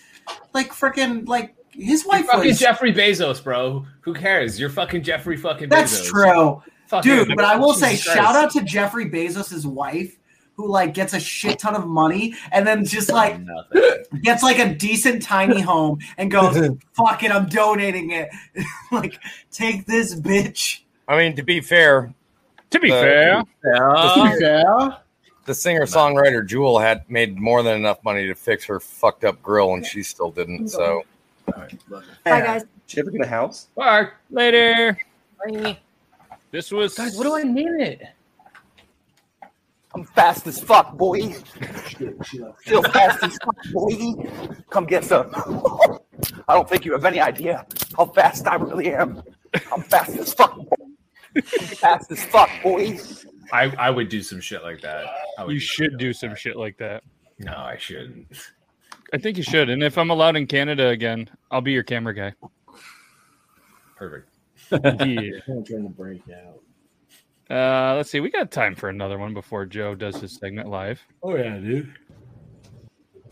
Speaker 1: like freaking like his
Speaker 9: You're
Speaker 1: wife
Speaker 9: fucking
Speaker 1: was.
Speaker 9: Jeffrey Bezos, bro. Who cares? You're fucking Jeffrey fucking
Speaker 1: That's
Speaker 9: Bezos.
Speaker 1: true.
Speaker 9: Fuck
Speaker 1: Dude,
Speaker 9: him.
Speaker 1: but I will
Speaker 9: Jesus
Speaker 1: say,
Speaker 9: Christ.
Speaker 1: shout out to Jeffrey Bezos' wife, who like gets a shit ton of money and then just like gets like a decent
Speaker 3: [laughs]
Speaker 1: tiny home and goes, "Fuck it, I'm donating it." [laughs] like, take this, bitch.
Speaker 4: I mean, to be fair,
Speaker 5: to
Speaker 1: be
Speaker 4: Uh,
Speaker 1: fair. To be
Speaker 6: fair,
Speaker 4: the singer songwriter Jewel had made more than enough money to fix her fucked up grill, and she still didn't. So,
Speaker 22: Bye, guys.
Speaker 3: Did you ever get a house?
Speaker 5: Bye. Later. This was guys. What do I
Speaker 2: name it?
Speaker 7: I'm fast as fuck, boy. Still fast as fuck, boy. Come get some. I don't think you have any idea how fast I really am. I'm fast as fuck. boy. I'm fast as fuck, boy.
Speaker 9: I, I would do some shit like that. I would
Speaker 5: You should do some shit like that.
Speaker 9: No, I shouldn't.
Speaker 5: I think you should. And if I'm allowed in Canada again, I'll be your camera guy.
Speaker 9: Perfect.
Speaker 5: [laughs] Yeah.
Speaker 6: [laughs] I'm trying to break out.
Speaker 5: Uh, let's see. We got time for another one before Joe does his segment live.
Speaker 9: Oh yeah, dude.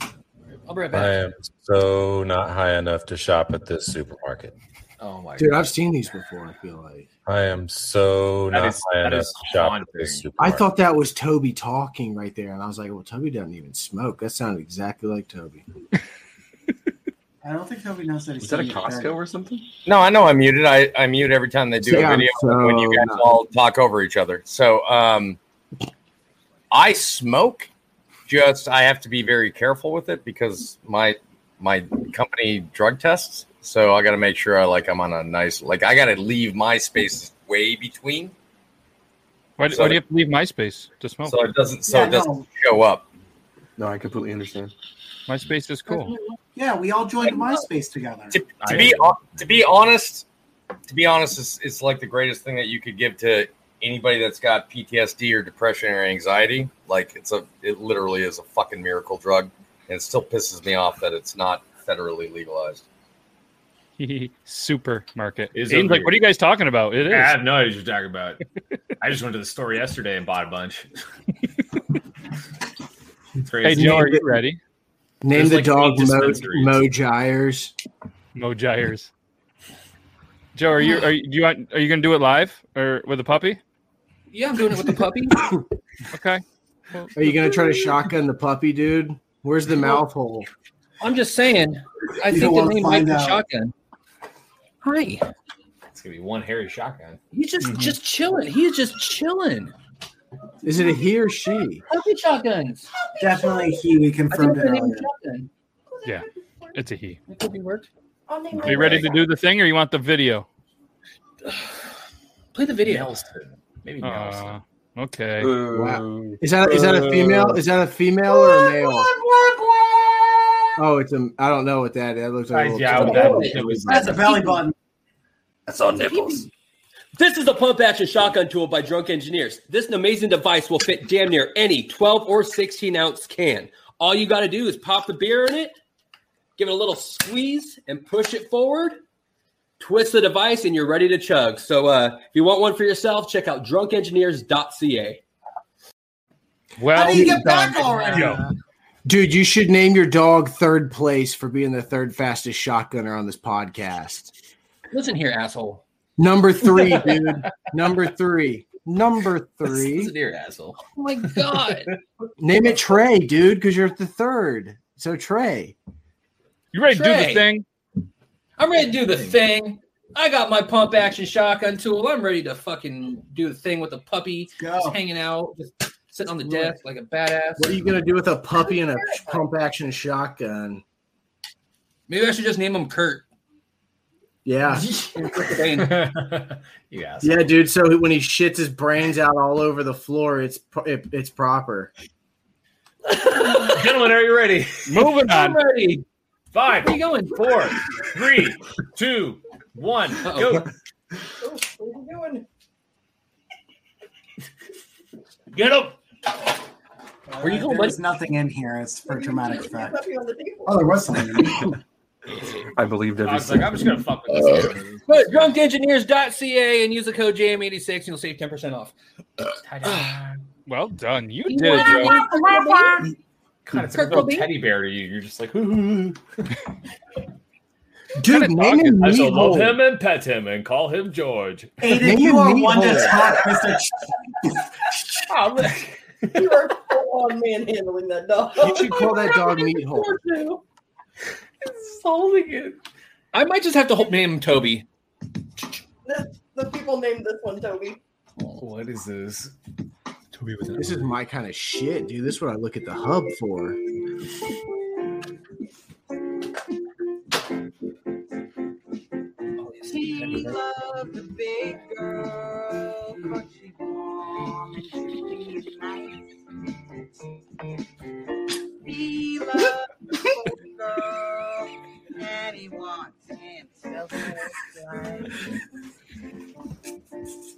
Speaker 2: I'll be right
Speaker 23: I
Speaker 2: back.
Speaker 23: am so not high enough to shop at this supermarket.
Speaker 2: Oh my
Speaker 6: Dude, I've seen these before. I feel like
Speaker 23: I am so
Speaker 6: That
Speaker 23: not
Speaker 6: is-
Speaker 23: high
Speaker 6: that
Speaker 23: enough
Speaker 6: is
Speaker 23: to shop at this
Speaker 6: I
Speaker 23: supermarket.
Speaker 6: thought that was Toby talking right there, and I was like, "Well, Toby doesn't even smoke. That sounded exactly like Toby."
Speaker 1: I don't think nobody knows that. he's
Speaker 3: Is that a
Speaker 1: doing it.
Speaker 3: Costco or something?
Speaker 4: no, I know I muted. I, I mute every time they do
Speaker 3: See,
Speaker 4: a
Speaker 3: I'm
Speaker 4: video
Speaker 3: so
Speaker 4: when you guys
Speaker 3: not-
Speaker 4: all talk over each other. So, um, I smoke. Just I have to be very careful with it because my my company drug tests. So I got to make sure I like I'm on a nice like I got to leave my space way between.
Speaker 5: Why,
Speaker 4: So-
Speaker 5: why do you have to leave MySpace to smoke?
Speaker 4: So it doesn't- so it Yeah, doesn't no. show up.
Speaker 3: No, I
Speaker 1: [laughs]
Speaker 3: completely understand.
Speaker 5: MySpace is cool.
Speaker 1: Yeah, we all joined MySpace together.
Speaker 4: to, to be hon- to be honest, to be honest, it's, it's like the greatest thing that you could give to anybody that's got PTSD or depression or anxiety. Like it's a, it literally is a fucking miracle drug, and it still pisses me off that it's not federally legalized.
Speaker 5: [laughs] Supermarket.
Speaker 9: Is
Speaker 5: Aiden's like,
Speaker 9: overrated.
Speaker 5: what are you guys talking about? It is.
Speaker 9: I have no idea what you're talking
Speaker 5: [laughs]
Speaker 9: about. I just went to the store yesterday and bought a bunch. [laughs] it's
Speaker 5: Hey,
Speaker 9: crazy.
Speaker 5: Joe, are you ready?
Speaker 6: Name
Speaker 9: There's
Speaker 6: the
Speaker 9: like
Speaker 6: dog
Speaker 9: eight
Speaker 6: Mo,
Speaker 9: dispensaries.
Speaker 5: [laughs]
Speaker 6: Mo Gyres.
Speaker 5: Mo Gyres. Joe, are you are you, do you want are you gonna do it live or with a puppy?
Speaker 2: Yeah, I'm doing it with the puppy.
Speaker 5: [laughs] okay.
Speaker 6: Are you gonna try to shotgun the puppy, dude? Where's the mouth hole?
Speaker 2: I'm just saying. I
Speaker 6: You don't
Speaker 2: think the
Speaker 6: wanna
Speaker 2: name might
Speaker 6: find
Speaker 2: be
Speaker 6: out.
Speaker 2: Shotgun. Hi.
Speaker 9: It's gonna be one hairy shotgun.
Speaker 2: He's just just chilling. He's just chilling.
Speaker 6: Mm-hmm. Is it a he or she?
Speaker 2: Puppy shotguns.
Speaker 1: Definitely he. We
Speaker 2: I think
Speaker 1: confirmed it
Speaker 2: the name
Speaker 1: earlier.
Speaker 2: is Shotgun.
Speaker 5: Yeah, it's a he.
Speaker 2: It could be worked.
Speaker 5: Are you ready to do the thing, or you want the video?
Speaker 2: Play the video.
Speaker 9: Nelson. Maybe
Speaker 5: Uh, okay.
Speaker 6: Wow.
Speaker 5: Mm.
Speaker 6: Is that is that a female? Is that a female or a male? Oh, it's a. I don't know what that is. That looks like. a
Speaker 9: Guys,
Speaker 6: little
Speaker 9: yeah, I would- that would- that was- That's a belly button.
Speaker 3: That's all nipples.
Speaker 24: This is the pump action shotgun tool by Drunk Engineers. This amazing device will fit damn near any 12 or 16 ounce can. All you got to do is pop the beer in it, give it a little squeeze, and push it forward. Twist the device, and you're ready to chug. So uh, if you want one for yourself, check out drunkengineers.ca.
Speaker 5: Well,
Speaker 24: How do you get back already?
Speaker 6: Dude, you should name your dog third place for being the third fastest shotgunner on this podcast.
Speaker 2: Listen here, asshole.
Speaker 6: Number
Speaker 24: [laughs]
Speaker 6: three, dude.
Speaker 2: [laughs]
Speaker 6: Number three. Number three.
Speaker 2: Listen here, asshole. Oh my god.
Speaker 6: Name
Speaker 24: [laughs]
Speaker 6: it Trey, dude, because you're the third. So Trey.
Speaker 5: You ready
Speaker 2: to do the Trey. thing? I'm ready to do the thing. I got my pump action shotgun tool. I'm ready to fucking do the thing with the puppy. Just hanging out, just sitting on the desk like a badass.
Speaker 6: What are you gonna do with a puppy and a pump action shotgun?
Speaker 2: Maybe I should just name him Kurt.
Speaker 1: [laughs]
Speaker 6: Yeah.
Speaker 9: you ass.
Speaker 6: [laughs] Yeah, dude. So when he shits his brains out all over the floor, it's pro- it, it's proper.
Speaker 9: [laughs] Gentlemen, are you ready?
Speaker 5: Moving
Speaker 6: I'm on.
Speaker 2: ready.
Speaker 9: Five.
Speaker 2: Where you going?
Speaker 9: Four, three, two, one. Go.
Speaker 2: What are you doing?
Speaker 9: Get up.
Speaker 2: Where you going,
Speaker 1: There's
Speaker 2: buddy?
Speaker 1: nothing in here. It's for dramatic effect.
Speaker 7: Nothing on the table.
Speaker 1: Oh, there was something.
Speaker 3: I believed every.
Speaker 1: I was like, I'm just
Speaker 3: gonna
Speaker 9: fuck
Speaker 1: with
Speaker 3: this.
Speaker 2: Go to drunkengineers.ca and use the code JAM86 and you'll save 10% off.
Speaker 5: well done. You
Speaker 2: did
Speaker 5: it, Joe.
Speaker 9: God, it's like a little teddy bear to you. You're just like, [laughs] dude,
Speaker 6: Dude, name him
Speaker 9: I shall love
Speaker 6: meathole.
Speaker 9: him and pet him and call him George.
Speaker 1: Aiden, you are one to talk,
Speaker 6: [laughs]
Speaker 1: Mr. Ch-
Speaker 7: Oh, you are full on manhandling that dog.
Speaker 6: You should call that dog meathole.
Speaker 7: It's holding it.
Speaker 2: I might just have to ho- name him Toby.
Speaker 7: The, the people named this one Toby.
Speaker 9: What is this?
Speaker 6: This is my kind of shit, dude. This is what I look at the hub for.
Speaker 7: He loved the big girl, 'cause she wanted to be nice. He loved the old girl, and he wants himself a wife.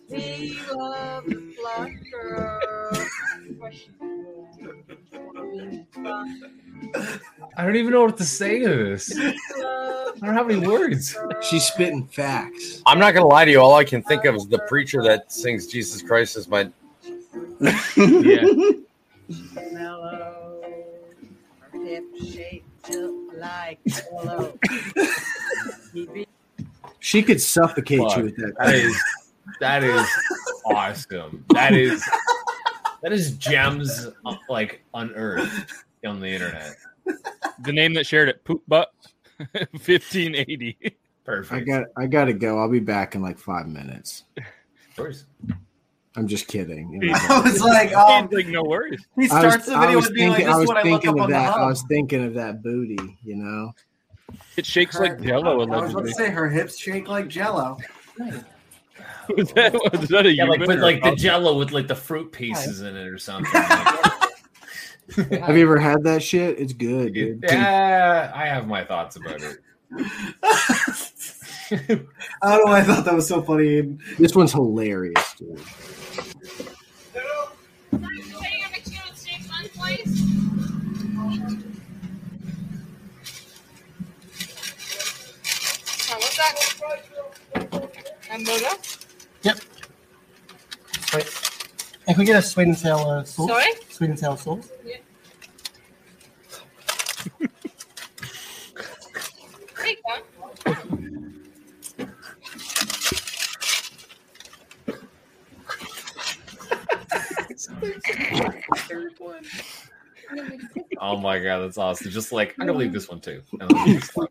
Speaker 7: He loved the fluff girl, 'cause she wanted to be fun.
Speaker 9: I don't even know what to say
Speaker 1: [laughs]
Speaker 9: to this. I don't have any words.
Speaker 6: She's spitting facts.
Speaker 4: I'm not gonna lie to you. All I can think of is the preacher that sings Jesus Christ is my.
Speaker 5: yeah.
Speaker 7: Mellow, her hip shape look like jello. He be
Speaker 6: She could suffocate
Speaker 9: Fuck.
Speaker 6: you with that.
Speaker 9: That is that is awesome. That is that is gems uh, like unearthed on the internet.
Speaker 5: The name that shared it, Poop
Speaker 9: [laughs]
Speaker 5: Butt [laughs] 1580.
Speaker 6: [laughs] I
Speaker 9: Perfect.
Speaker 6: got. I got to go. I'll be back in like five minutes.
Speaker 9: Of course.
Speaker 6: I'm just
Speaker 1: [laughs]
Speaker 6: kidding.
Speaker 5: [laughs]
Speaker 1: I was like, um,
Speaker 5: like no worries.
Speaker 1: He
Speaker 6: I was-
Speaker 1: starts the
Speaker 6: I
Speaker 1: video
Speaker 6: was
Speaker 1: with being like,
Speaker 6: thinking-
Speaker 1: "This is what I look
Speaker 6: thinking
Speaker 1: up
Speaker 6: of
Speaker 1: on the
Speaker 6: that. I
Speaker 1: hub."
Speaker 6: was thinking of that booty. You know,
Speaker 5: It shakes like Jello.
Speaker 1: I was about to say her hips shake like Jello.
Speaker 5: Was that, was that a
Speaker 9: Yeah, like
Speaker 5: human
Speaker 9: with
Speaker 5: or
Speaker 9: like the
Speaker 5: a-
Speaker 9: jello with like the fruit pieces in it or something.
Speaker 6: have you ever had that shit? It's good, dude.
Speaker 9: [laughs] yeah, I have my thoughts about it.
Speaker 1: I don't know. why I thought that was so funny.
Speaker 6: This one's hilarious, dude.
Speaker 7: what's that? Hamburger?
Speaker 19: Can we get a sweet and sour sauce?
Speaker 7: Sorry?
Speaker 19: Sweet and sour
Speaker 9: [laughs]
Speaker 19: sauce.
Speaker 7: Yeah. There you go.
Speaker 9: Oh my god, that's awesome. Just like I'm gonna leave this one too. And I'll leave this one.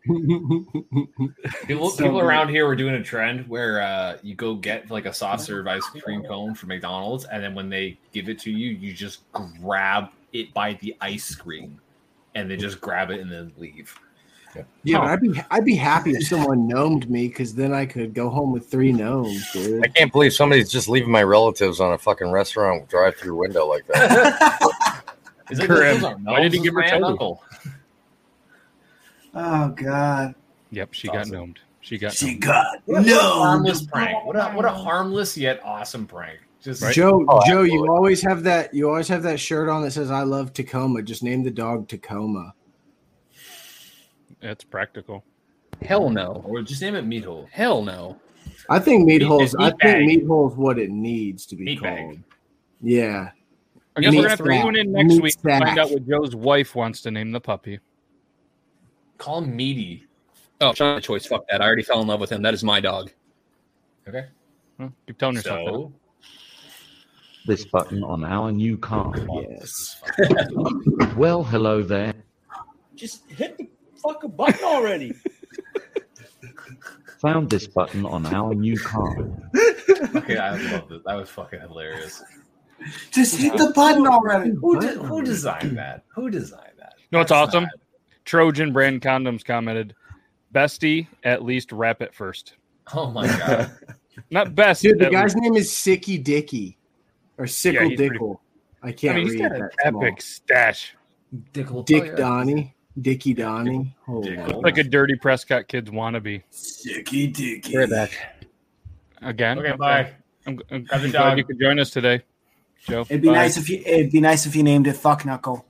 Speaker 9: People,
Speaker 6: So
Speaker 9: people
Speaker 6: good.
Speaker 9: around here were doing a trend where uh, you go get like a soft serve ice cream cone from McDonald's, and then when they give it to you, you just grab it by the ice cream, and they just grab it and then leave.
Speaker 6: Yeah, but I'd be I'd be happy if someone gnomed me because then I could go home with three gnomes,
Speaker 4: [laughs]
Speaker 6: dude.
Speaker 4: I can't believe somebody's just leaving my relatives on a fucking restaurant drive-through window like that.
Speaker 9: Is
Speaker 4: Grim.
Speaker 5: Why did he give her
Speaker 9: my
Speaker 5: Toby?
Speaker 9: uncle?
Speaker 1: Oh god.
Speaker 5: Yep, she got gnomed. She got.
Speaker 1: She
Speaker 5: gnomed.
Speaker 1: got
Speaker 9: What a, what a harmless
Speaker 1: no.
Speaker 9: prank. What a what a harmless yet awesome prank. Just
Speaker 6: Joe, Joe, you always have that. You always have that shirt on that says "I love Tacoma." Just name the dog Tacoma.
Speaker 5: That's practical.
Speaker 2: Hell no.
Speaker 9: Or just name it Meathole.
Speaker 2: Hell no.
Speaker 6: I think meat
Speaker 5: Meat-
Speaker 6: holes. I
Speaker 5: meat bag.
Speaker 6: think meat holes what it needs to be
Speaker 5: Meat
Speaker 6: called.
Speaker 5: bag.
Speaker 6: Yeah.
Speaker 5: I guess
Speaker 6: Meat
Speaker 5: we're gonna have to
Speaker 6: sack.
Speaker 5: tune in next
Speaker 6: Meat
Speaker 5: week to
Speaker 6: sack.
Speaker 5: find out what Joe's wife wants to name the puppy.
Speaker 9: Call him meaty.
Speaker 2: Oh, it's not a choice. Fuck that. I already fell in love with him. That is my dog.
Speaker 9: Okay.
Speaker 5: Well, Hmm, keep telling yourself. that.
Speaker 9: So
Speaker 8: This button on our new car.
Speaker 9: [laughs]
Speaker 6: Yes.
Speaker 8: well, hello there.
Speaker 7: Just hit the fucking button already.
Speaker 8: Found this button on our new car.
Speaker 9: okay, I love it. That was fucking hilarious.
Speaker 1: Just hit the button already.
Speaker 9: Who, de- who designed that? Who designed that?
Speaker 5: No, it's awesome. Trojan brand condoms commented, "Bestie, at least wrap it first.
Speaker 9: Oh my god.
Speaker 6: [laughs]
Speaker 5: Not best.
Speaker 6: Dude, the
Speaker 5: at
Speaker 6: guy's
Speaker 5: least.
Speaker 6: name is Sicky Dicky, or Sickle
Speaker 5: he's pretty-
Speaker 6: Dickle. I
Speaker 5: I
Speaker 6: can't
Speaker 5: mean, he's
Speaker 6: read
Speaker 5: got
Speaker 6: that.
Speaker 5: an
Speaker 6: small.
Speaker 5: epic stash.
Speaker 9: Dickle.
Speaker 6: Dick Donnie, Dicky Donnie. Hold on.
Speaker 5: Like a dirty Prescott kids wannabe.
Speaker 1: Sicky Dicky.
Speaker 5: We're back again.
Speaker 9: Okay, bye.
Speaker 5: I'm, I'm,
Speaker 9: Grab the
Speaker 5: I'm glad
Speaker 9: dog.
Speaker 5: you could join us today. Joe.
Speaker 1: It'd be
Speaker 5: bye.
Speaker 1: nice if you. It'd be nice if you named it Fuck Knuckle.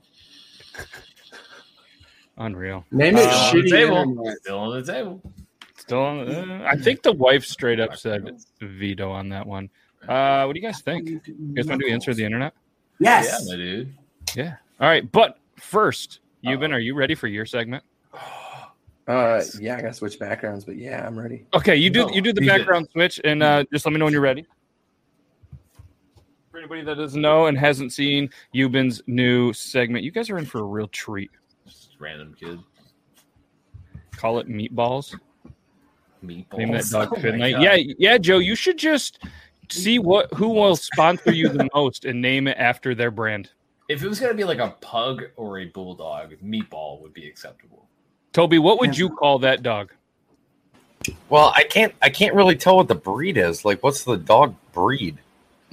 Speaker 5: Unreal.
Speaker 25: Name it
Speaker 5: Uh,
Speaker 25: shitty
Speaker 5: table.
Speaker 25: internet.
Speaker 9: Still on the table.
Speaker 5: Still on. the- uh, I think the wife straight up said veto on that one. Uh, what do you guys think? You guys want to do answer the internet?
Speaker 1: Yes.
Speaker 9: Yeah, my dude.
Speaker 5: Yeah. All right, but first, Euban, are you ready for your segment?
Speaker 3: Uh, yeah, I gotta switch backgrounds, but yeah, I'm ready.
Speaker 5: Okay, you do
Speaker 3: No,
Speaker 5: you do the
Speaker 3: he didn't.
Speaker 5: background switch, and uh, just let me know when you're ready. For anybody that doesn't know and hasn't seen Euban's new segment, you guys are in for a real treat.
Speaker 9: Random kid.
Speaker 5: Call it meatballs.
Speaker 9: Meatballs.
Speaker 5: Name that dog
Speaker 9: Oh my
Speaker 5: Midnight.
Speaker 9: God.
Speaker 5: yeah, yeah, Joe, you should just see what who will sponsor you the most and name it after their brand.
Speaker 9: If it was gonna be like a pug or a bulldog, meatball would be acceptable.
Speaker 5: Toby, what would you call that dog?
Speaker 4: Well, I can't. I can't really tell what the breed is. Like, what's the dog breed?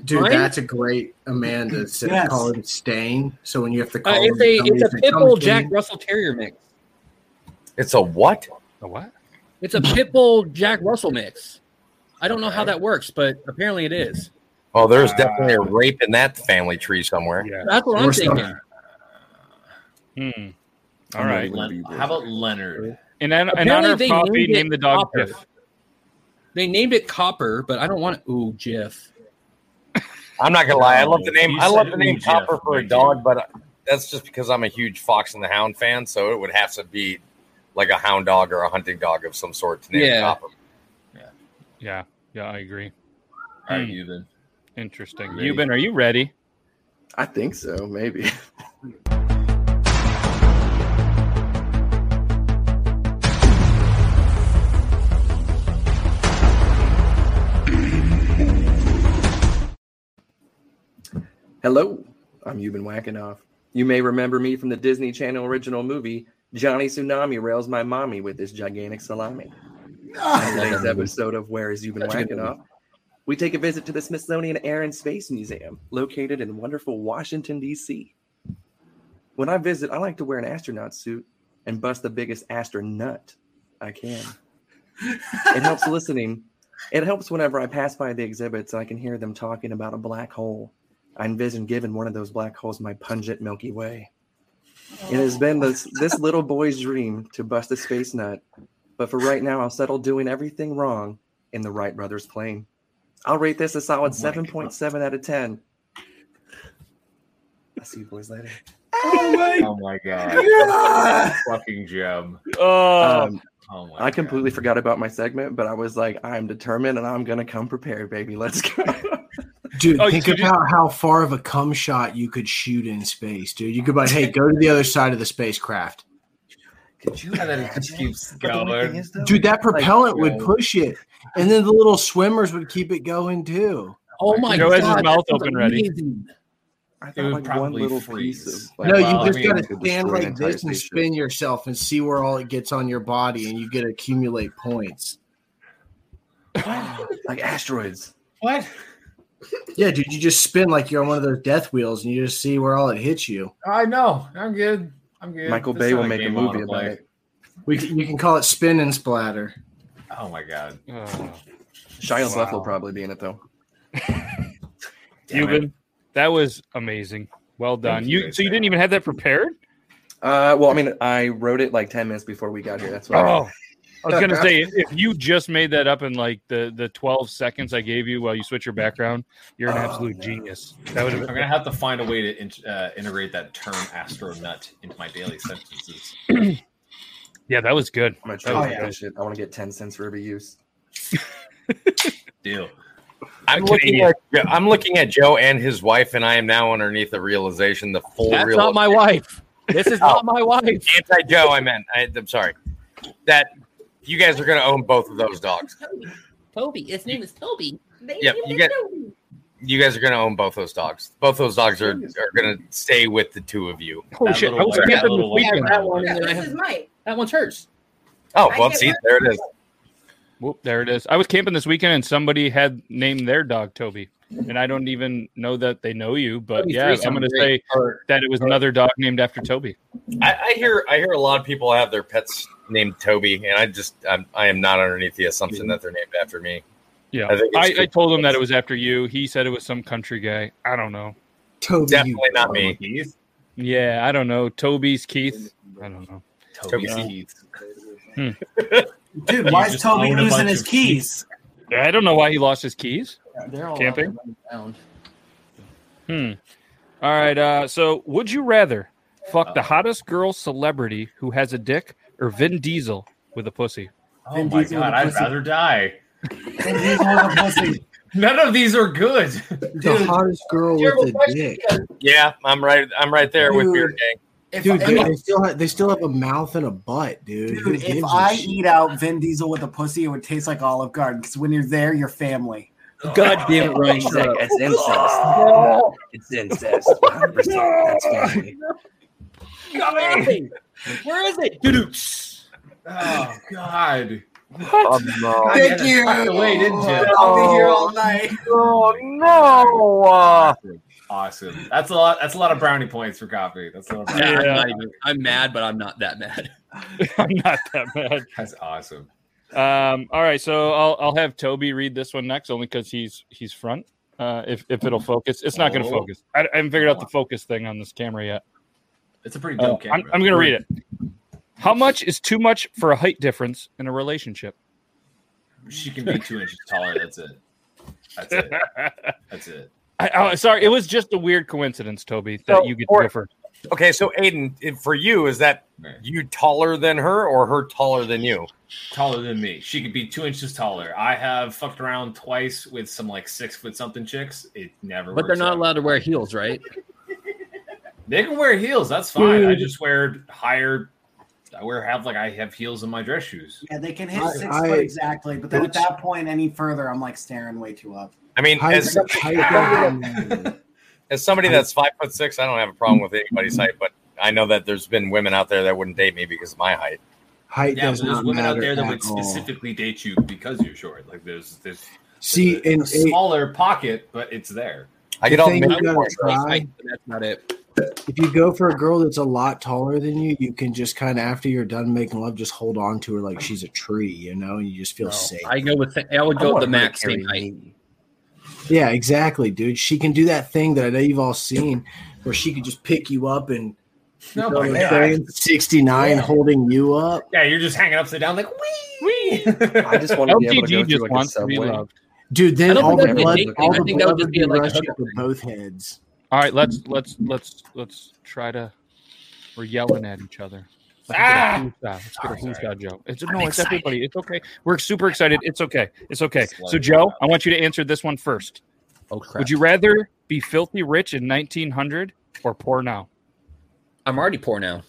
Speaker 6: Dude,
Speaker 4: Right?
Speaker 6: that's a great Amanda said
Speaker 4: Yes.
Speaker 6: call him Stain. So when you have to call
Speaker 2: Uh,
Speaker 6: him
Speaker 2: it's a
Speaker 6: somebody,
Speaker 2: it's a
Speaker 6: you say,
Speaker 2: pit
Speaker 6: "Come
Speaker 2: bull
Speaker 6: Stain."
Speaker 2: Jack Russell Terrier mix.
Speaker 4: It's a what?
Speaker 5: A what?
Speaker 2: It's a pit bull Jack Russell mix. I don't know how that works, but apparently it is.
Speaker 4: Oh, there's definitely a rape in that family tree somewhere.
Speaker 2: Uh, That's what I'm thinking.
Speaker 5: Hmm.
Speaker 4: I'm
Speaker 5: All right.
Speaker 4: gonna
Speaker 9: How about Leonard?
Speaker 5: And then in
Speaker 2: Apparently
Speaker 5: honor of
Speaker 2: they
Speaker 5: coffee,
Speaker 2: named it
Speaker 5: name the dog
Speaker 2: Copper.
Speaker 5: Tiff.
Speaker 2: They named it Copper, but I don't want to. Ooh, Jeff.
Speaker 4: I'm not gonna lie. I love the name.
Speaker 2: You
Speaker 4: I love
Speaker 2: said
Speaker 4: the name
Speaker 2: Ooh, Jeff,
Speaker 4: Copper for a dog, but that's just because I'm a huge Fox and the Hound fan. So it would have to be like a hound dog or a hunting dog of some sort to name
Speaker 5: Yeah.
Speaker 4: Copper.
Speaker 5: Yeah, yeah, I agree. Hmm.
Speaker 4: All right,
Speaker 9: Euban.
Speaker 5: Interesting.
Speaker 3: Ready.
Speaker 5: Euban, are you ready?
Speaker 3: I think so, maybe. [laughs] Hello, I'm Euban Wackenoff. You may remember me from the Disney Channel original movie Johnny Tsunami Rails My Mommy with His Gigantic
Speaker 5: [laughs]
Speaker 3: Salami. On today's episode of Where Is Euban
Speaker 9: Such a good
Speaker 3: Wackenoff, we take a visit to the Smithsonian Air and Space Museum, located in wonderful Washington, D.C. When I visit, I like to wear an astronaut suit and bust the biggest astronaut I can. it
Speaker 9: [laughs]
Speaker 3: helps listening. It helps whenever I pass by the exhibits and I can hear them talking about a black hole. I envision giving one of those black holes my pungent Milky Way. It has been this, this little boy's dream to bust a space nut, but for right now, I'll settle doing everything wrong in the Wright brothers' plane. I'll rate this a
Speaker 9: Oh
Speaker 3: solid 7.7 out of 10. I'll see you boys later.
Speaker 9: Oh my, god.
Speaker 3: Yeah.
Speaker 9: Fucking gem.
Speaker 3: Um,
Speaker 9: oh my
Speaker 3: I completely forgot about my segment, but I was like, I'm determined and I'm going to come prepared, baby. Let's go.
Speaker 6: Dude,
Speaker 3: Oh,
Speaker 6: think
Speaker 3: did you-
Speaker 6: about how far of a cum shot you could shoot in space, dude. You could be like, hey, go to the other side of the spacecraft.
Speaker 9: Could you have that excuse
Speaker 6: going? Dude, that propellant would push it. And then the little swimmers would keep it going too.
Speaker 2: Oh my
Speaker 5: Joe
Speaker 6: god.
Speaker 5: has his mouth open ready.
Speaker 3: [laughs] I
Speaker 9: thought
Speaker 6: like
Speaker 9: one
Speaker 3: little
Speaker 9: piece
Speaker 3: of like,
Speaker 6: no,
Speaker 3: wow,
Speaker 6: you just
Speaker 3: I mean,
Speaker 6: gotta
Speaker 3: it could
Speaker 6: stand
Speaker 3: destroy an
Speaker 6: like
Speaker 3: entire
Speaker 6: this and
Speaker 3: spaceship.
Speaker 6: spin yourself and see where all it gets on your body, and you get to accumulate points.
Speaker 3: like asteroids.
Speaker 20: What?
Speaker 6: Yeah, dude, you just spin like you're on one of those death wheels, and you just see where all it hits you.
Speaker 20: I know. I'm good. I'm good.
Speaker 6: Michael [laughs]
Speaker 20: That's
Speaker 6: Bay
Speaker 20: not
Speaker 6: will make a
Speaker 20: game I wanna
Speaker 6: movie about
Speaker 20: play.
Speaker 6: it. We can, you can call it spin and splatter.
Speaker 9: Oh my god.
Speaker 3: Shia LaBeouf will
Speaker 5: Wow.
Speaker 3: probably be in it, though. Damn it.
Speaker 5: Euban, that was amazing. Well done.
Speaker 3: Thank
Speaker 5: You,
Speaker 3: you,
Speaker 5: so you didn't even have that prepared?
Speaker 3: Uh, well, I mean, I wrote it like 10 minutes before we got here. That's what
Speaker 5: Oh. I was gonna say if you just made that up in like the, the twelve seconds I gave you while you switch your background, you're an
Speaker 9: Oh,
Speaker 5: absolute genius. That would
Speaker 9: I'm
Speaker 5: have
Speaker 9: gonna have to find a way to in, uh, integrate that term "astronaut" into my daily sentences.
Speaker 5: yeah, that was good.
Speaker 3: I'm gonna
Speaker 5: That
Speaker 3: try
Speaker 5: was
Speaker 3: to
Speaker 5: good.
Speaker 3: that shit. I want to get 10 cents for every use.
Speaker 9: Deal.
Speaker 4: I'm looking at I'm looking at Joe and his wife, and I am now underneath the realization the full.
Speaker 2: That's
Speaker 4: real
Speaker 2: not my wife. This is
Speaker 4: Oh.
Speaker 2: not my wife.
Speaker 4: Anti Joe, I meant. I, I'm sorry. That you guys are going to own both of those dogs.
Speaker 2: Toby. His name is Toby.
Speaker 4: Yep, you get. You guys are going to own both those dogs. Both those dogs are, are going to stay with the two of you.
Speaker 5: Oh, shit. I was camping this weekend.
Speaker 2: This is Mike. That one's hers.
Speaker 4: Oh, well, see, there it is.
Speaker 5: Whoop, there it is. I was camping this weekend and somebody had named their dog Toby. And I don't even know that they know you, but
Speaker 4: Toby
Speaker 5: yeah,
Speaker 4: Three's
Speaker 5: I'm gonna
Speaker 4: great.
Speaker 5: say that it was another dog named after Toby.
Speaker 4: I, I hear I hear a lot of people have their pets named Toby, and I just I'm, I am not underneath the assumption that they're named after me.
Speaker 5: Yeah.
Speaker 4: I think it's
Speaker 5: I, I
Speaker 4: good.
Speaker 5: told him that it was after you. He said it was some country guy. I don't know.
Speaker 6: Toby,
Speaker 4: Definitely not me.
Speaker 5: Yeah, I don't know. Toby's Keith. I don't know.
Speaker 4: Toby's Keith.
Speaker 5: Hmm.
Speaker 1: [laughs] Dude, why is Toby losing his keys?
Speaker 5: I don't know why he lost his keys.
Speaker 1: They're all
Speaker 5: Camping. Hmm. All right. Uh, so, would you rather fuck
Speaker 9: Uh.
Speaker 5: the hottest girl celebrity who has a dick, or Vin Diesel with a pussy?
Speaker 9: Oh
Speaker 5: Vin
Speaker 9: my
Speaker 5: Diesel
Speaker 9: god,
Speaker 5: with a
Speaker 9: I'd
Speaker 5: pussy.
Speaker 9: rather die.
Speaker 1: pussy.
Speaker 9: None of these are good.
Speaker 6: the hottest girl with the dick.
Speaker 4: Yeah, I'm right. I'm right there with
Speaker 6: Dude.
Speaker 4: Beard Gang.
Speaker 6: Dude,
Speaker 1: I-
Speaker 6: they, they still have, they still have a mouth and a butt, dude. Who
Speaker 1: Dude,
Speaker 6: gives
Speaker 1: if
Speaker 6: a
Speaker 1: I
Speaker 6: shit?
Speaker 1: eat out Vin Diesel with a pussy, it would taste like Olive Garden because when you're there, you're family.
Speaker 3: God damn it, Ryan. It's, like- it's
Speaker 6: Oh,
Speaker 3: incest. It's incest. 100%. That's family.
Speaker 9: Golly. Where is it? Doo-doo. Oh god.
Speaker 11: Oh, no.
Speaker 9: Thank you. Away, didn't you?
Speaker 2: Oh,
Speaker 7: Oh.
Speaker 11: I'll be here all
Speaker 1: night.
Speaker 11: Oh no!
Speaker 9: Awesome. That's a lot. That's a lot of brownie points for coffee. That's a lot. Of
Speaker 2: Yeah,
Speaker 9: brownie
Speaker 2: I'm, not
Speaker 9: points.
Speaker 2: even, I'm mad, but I'm not that mad.
Speaker 5: [laughs] I'm not that bad.
Speaker 9: That's awesome.
Speaker 5: Um, all right, so I'll I'll have Toby read this one next, only because he's he's front. Uh, if if it'll focus, it's not going to
Speaker 9: Oh.
Speaker 5: focus. I, I haven't figured out the focus thing on this camera yet.
Speaker 9: It's a pretty
Speaker 5: Uh,
Speaker 9: dope camera.
Speaker 5: I'm, I'm going to read it. How much is too much for a height difference in a relationship?
Speaker 9: She can be two inches taller. That's it. That's
Speaker 5: [laughs]
Speaker 9: it. That's it.
Speaker 5: I, oh, sorry, it was just a weird coincidence, Toby, that
Speaker 4: So,
Speaker 5: you get
Speaker 4: or-
Speaker 5: to go first.
Speaker 4: Okay, so Aiden, if- for you, is that you taller than her or her taller than you?
Speaker 9: Taller than me. She could be two inches taller. I have fucked around twice with some like six foot something chicks. It never.
Speaker 2: But they're
Speaker 9: works
Speaker 2: not
Speaker 9: out.
Speaker 2: allowed to wear heels, right?
Speaker 9: They can wear heels. That's fine. I
Speaker 2: Dude.
Speaker 9: just wear higher. I wear have like I have heels in my dress shoes.
Speaker 1: Yeah, they can hit
Speaker 9: I-
Speaker 1: six
Speaker 9: I-
Speaker 1: foot exactly, but then at that point, any further, I'm like staring way too up.
Speaker 4: I mean,
Speaker 1: Height-
Speaker 4: as,
Speaker 1: height-
Speaker 4: as somebody that's five foot six, I don't have a problem with anybody's height, but I know that there's been women out there that wouldn't date me because of my height.
Speaker 6: Height
Speaker 9: Yeah, but
Speaker 6: does
Speaker 9: there's
Speaker 6: not
Speaker 9: women out
Speaker 6: matter
Speaker 9: there that
Speaker 6: at
Speaker 9: would
Speaker 6: all.
Speaker 9: specifically date you because you're short. Like there's there's
Speaker 6: See,
Speaker 9: a
Speaker 6: and it-
Speaker 9: smaller pocket, but it's there.
Speaker 6: I get The all thing you mad gotta for it. try-
Speaker 2: That's not it.
Speaker 6: if you go for a girl that's a lot taller than you, you can just kind of after you're done making love, just hold on to her like she's a tree, you know, and you just
Speaker 5: Oh.
Speaker 6: feel safe.
Speaker 2: I go with the, I would go
Speaker 6: I
Speaker 2: with the
Speaker 6: want her
Speaker 2: max
Speaker 6: to carry
Speaker 2: same height.
Speaker 6: Yeah, exactly, dude. She can do that thing that I know you've all seen, where she could just pick you up and you
Speaker 9: Oh
Speaker 6: know
Speaker 9: my
Speaker 6: what
Speaker 9: God.
Speaker 6: I'm saying? 69 holding you up.
Speaker 9: Yeah, you're just hanging upside down like wee wee. I
Speaker 3: just
Speaker 6: wanna be able to LPG go through, just like, a wants to be subway. loved. Dude,
Speaker 5: I
Speaker 6: then
Speaker 5: don't
Speaker 6: all
Speaker 5: think
Speaker 6: the
Speaker 5: that'd be a
Speaker 6: blood,
Speaker 5: date
Speaker 6: all
Speaker 5: thing. I
Speaker 6: the
Speaker 5: think that
Speaker 6: blood
Speaker 5: would just
Speaker 6: would
Speaker 5: be
Speaker 6: be
Speaker 5: like a
Speaker 6: rushing
Speaker 5: hookup
Speaker 6: to both heads.
Speaker 5: All right, let's let's let's let's try to. We're yelling at each other. Let's
Speaker 2: Ah!
Speaker 5: get a who's got- let's get a who's got Joe. It's
Speaker 2: I'm
Speaker 5: no, it's
Speaker 2: excited.
Speaker 5: everybody. It's okay. We're super excited. It's okay. It's okay.
Speaker 2: Slow
Speaker 5: So
Speaker 2: down.
Speaker 5: Joe, I want you to answer this one first.
Speaker 2: Oh crap!
Speaker 5: Would you rather be filthy rich in 1900 or poor now?
Speaker 2: I'm already poor now.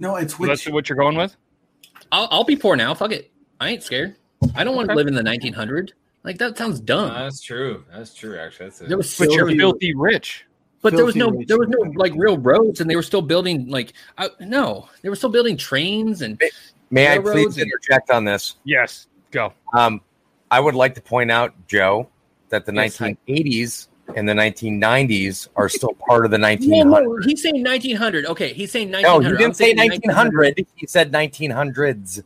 Speaker 1: No, it's
Speaker 5: which, that's what you're going with.
Speaker 2: I'll, I'll be poor now. Fuck it. I ain't scared. I don't want to live in the 1900. Like that sounds dumb.
Speaker 9: that's true. That's true. Actually, that's it.
Speaker 2: There was But you're filthy- filthy
Speaker 5: rich.
Speaker 2: But there was no
Speaker 9: Filthy rich.
Speaker 2: there was no like real roads, and they were still building like I, no, they were still building trains and
Speaker 4: May I
Speaker 2: railroads
Speaker 4: please
Speaker 2: and-
Speaker 4: interject on this?
Speaker 5: Yes, go.
Speaker 4: Um, I would like to point out, Joe, that the
Speaker 2: Yes, hi.
Speaker 4: 1980s and the 1990s are still part of the 1900s.
Speaker 2: no, no, he's saying 1900. Okay, he's saying
Speaker 4: No,
Speaker 2: 1900.
Speaker 4: he
Speaker 2: I'm
Speaker 4: didn't say
Speaker 2: thinking
Speaker 4: 1900. He said 1900s.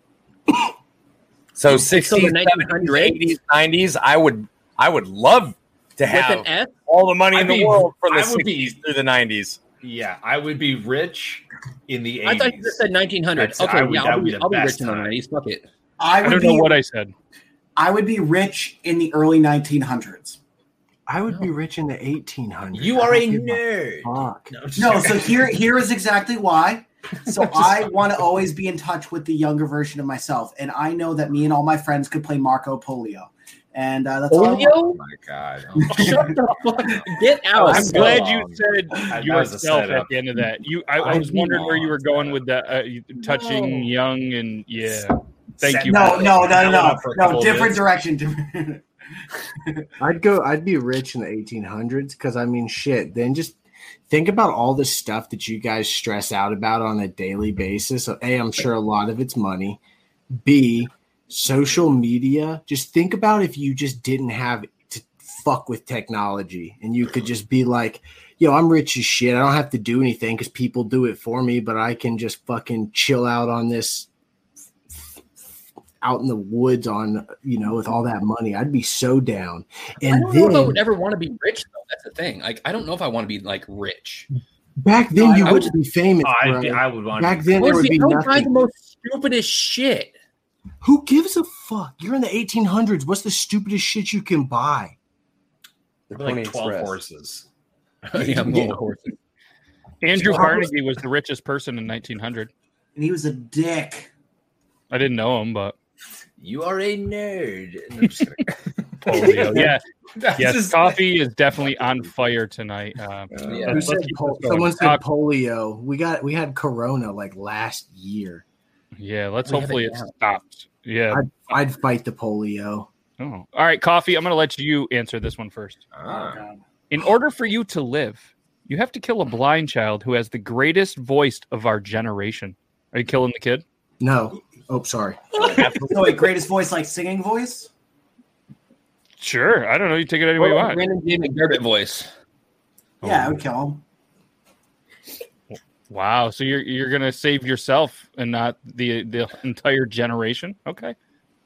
Speaker 4: So 60s, 70s, 80s, 90s. I would, I would love to
Speaker 9: With
Speaker 4: have
Speaker 9: an S?
Speaker 4: all the money in
Speaker 9: I'd
Speaker 4: the
Speaker 9: be-
Speaker 4: world from the
Speaker 9: I would be-
Speaker 4: 60s through the 90s.
Speaker 9: Yeah, I would be rich in the 80s.
Speaker 2: I thought you just said 1900.
Speaker 9: That's- I
Speaker 2: okay,
Speaker 9: would-
Speaker 2: yeah,
Speaker 9: that
Speaker 2: I'll
Speaker 9: would be
Speaker 2: be,
Speaker 9: the
Speaker 2: I'll be
Speaker 9: best
Speaker 2: rich in the
Speaker 9: time.
Speaker 2: 90s. Fuck it.
Speaker 1: I, would
Speaker 5: don't
Speaker 1: be,
Speaker 5: know what I said.
Speaker 1: I would be rich in the early 1900s.
Speaker 6: I would be rich in the 1800s.
Speaker 1: You are
Speaker 6: I
Speaker 1: a
Speaker 6: don't give a Fuck.
Speaker 1: No, so here here is exactly why.
Speaker 6: [laughs]
Speaker 1: So I want to always be in touch with the younger version of myself, and I know that me and all my friends could play Marco Polio, and uh, that's all I want.
Speaker 9: Oh my god!
Speaker 7: [laughs]
Speaker 9: Oh my
Speaker 2: Shut the fuck. Get out.
Speaker 5: I'm
Speaker 2: So
Speaker 5: glad
Speaker 2: long.
Speaker 5: you said
Speaker 2: That was a
Speaker 5: yourself
Speaker 2: setup.
Speaker 5: at the end of that. You, I, I
Speaker 2: I
Speaker 5: was
Speaker 2: mean-
Speaker 5: wondering where you were going with that. Uh, you- touching young and yeah. Thank you.
Speaker 1: No, no, no,
Speaker 5: That went
Speaker 1: no,
Speaker 5: up for a
Speaker 1: no,
Speaker 5: couple
Speaker 1: no.
Speaker 5: of
Speaker 1: Different
Speaker 5: minutes.
Speaker 1: direction. Different. [laughs]
Speaker 6: I'd go. I'd be rich in the 1800s because I mean, shit. Then just think about all the stuff that you guys stress out about on a daily basis. So, a, I'm sure a lot of it's money. B, social media. Just think about if you just didn't have to fuck with technology and you could just be like, yo, I'm rich as shit. I don't have to do anything because people do it for me, but I can just fucking chill out on this out in the woods on you know with all that money. I'd be so down. And
Speaker 2: I don't
Speaker 6: then,
Speaker 2: know if I would ever want to be rich though. That's the thing. Like I don't know if I want to be like rich.
Speaker 6: Back then,
Speaker 2: No, I-
Speaker 6: you
Speaker 2: I would-
Speaker 6: would be famous.
Speaker 2: I'd
Speaker 6: bro.
Speaker 2: be- I would wanna
Speaker 6: Back
Speaker 2: be-
Speaker 6: then,
Speaker 2: Well,
Speaker 6: there would
Speaker 2: see,
Speaker 6: be
Speaker 2: I would try
Speaker 6: nothing.
Speaker 2: the most stupidest shit.
Speaker 6: Who gives a fuck? You're in the 1800s. What's the stupidest shit you can buy?
Speaker 3: They're
Speaker 2: [laughs]
Speaker 9: like 12 horses.
Speaker 5: Yeah,
Speaker 9: [laughs]
Speaker 5: more
Speaker 2: horses.
Speaker 5: Andrew
Speaker 6: Wow.
Speaker 5: Carnegie was the richest person in 1900.
Speaker 1: And he was a dick.
Speaker 5: I didn't know him,
Speaker 6: [laughs]
Speaker 5: but
Speaker 9: You are a nerd. No, I'm just
Speaker 2: [laughs]
Speaker 9: kidding.
Speaker 5: Oh, yeah,
Speaker 9: [laughs] That's
Speaker 5: yes,
Speaker 9: just-
Speaker 5: coffee is definitely on fire tonight. Uh,
Speaker 6: Who
Speaker 5: let's-
Speaker 6: said
Speaker 5: let's keep
Speaker 6: pol-
Speaker 5: this going. Uh,
Speaker 6: someone said
Speaker 5: Doc-
Speaker 6: polio. We got we had corona like last year.
Speaker 5: yeah, let's
Speaker 6: We have it
Speaker 5: hopefully it
Speaker 6: now.
Speaker 5: stopped. Yeah.
Speaker 6: I'd, I'd fight the polio.
Speaker 5: Oh. All right, coffee. I'm going to let you answer this one first.
Speaker 6: Ah. Oh,
Speaker 5: In order for you to live, you have to kill a blind child who has the greatest voice of our generation. Are you killing the kid?
Speaker 6: No. Oh, sorry.
Speaker 1: so wait, greatest voice like singing voice?
Speaker 5: Sure. I don't know. You take it any way you
Speaker 2: Or a
Speaker 5: want.
Speaker 2: Brandon J. McDermott voice.
Speaker 1: Yeah, I would kill him.
Speaker 5: Wow. So you're you're gonna save yourself and not the the entire generation? Okay.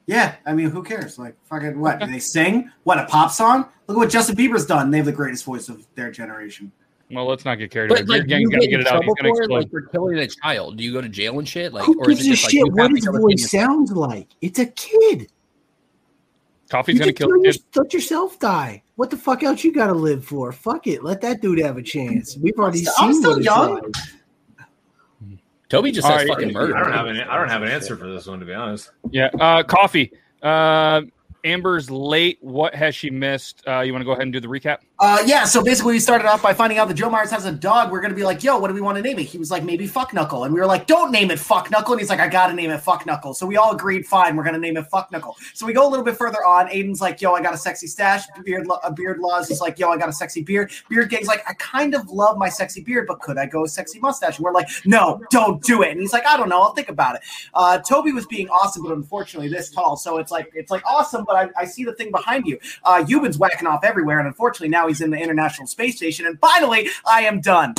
Speaker 1: Yeah, I mean, who cares? Like, fucking what? Do they sing? What, a pop song? Look at what Justin Bieber's done. They have the greatest voice of their generation.
Speaker 5: Well, let's not get carried away.
Speaker 2: But like,
Speaker 5: Beard
Speaker 2: you
Speaker 5: Gang's gotta
Speaker 2: get, in
Speaker 5: get it out.
Speaker 2: trouble
Speaker 5: He's
Speaker 2: for
Speaker 5: gonna
Speaker 2: it,
Speaker 5: explode.
Speaker 2: like for killing a child. Do you go to jail and shit? Like,
Speaker 6: Who
Speaker 2: or is it
Speaker 6: gives a
Speaker 2: just like
Speaker 6: shit
Speaker 2: you
Speaker 6: what
Speaker 2: have to
Speaker 6: his
Speaker 2: kill a
Speaker 6: voice sounds like? It's a kid.
Speaker 5: Coffee's
Speaker 6: you
Speaker 5: gonna
Speaker 6: just
Speaker 5: kill
Speaker 6: let
Speaker 5: the
Speaker 6: your-
Speaker 5: kid.
Speaker 6: let yourself die. What the fuck else you got to live for? Fuck it. Let that dude have a chance. We've already
Speaker 1: still- I'm
Speaker 6: seen
Speaker 1: still
Speaker 6: what it's
Speaker 1: young.
Speaker 6: like.
Speaker 2: [laughs] Toby just
Speaker 5: All
Speaker 2: says
Speaker 5: right.
Speaker 2: fucking murder.
Speaker 5: I
Speaker 9: I don't have an I don't have an answer for this one to be honest.
Speaker 5: Yeah. Uh coffee. Uh Amber's late. What has she missed? Uh you wanna go ahead and do the recap?
Speaker 1: Uh, yeah, so basically, we started off by finding out that Joe Myers has a dog. We're going to be like, yo, what do we want to name it? He was like, maybe Fuck Knuckle. And we were like, don't name it Fuck Knuckle. And he's like, I got to name it Fuck Knuckle. So we all agreed, fine, we're going to name it Fuck Knuckle. So we go a little bit further on. Aiden's like, yo, I got a sexy stash. Beard, lo- uh, beard Laws is like, yo, I got a sexy beard. Beard Gang's like, I kind of love my sexy beard, but could I go sexy mustache? And we're like, no, don't do it. And he's like, I don't know. I'll think about it. Uh, Toby was being awesome, but unfortunately this tall. So it's like, it's like awesome, but I, I see the thing behind you. Uh, Euban's whacking off everywhere. And unfortunately now he's in the International Space Station. And finally, I am done.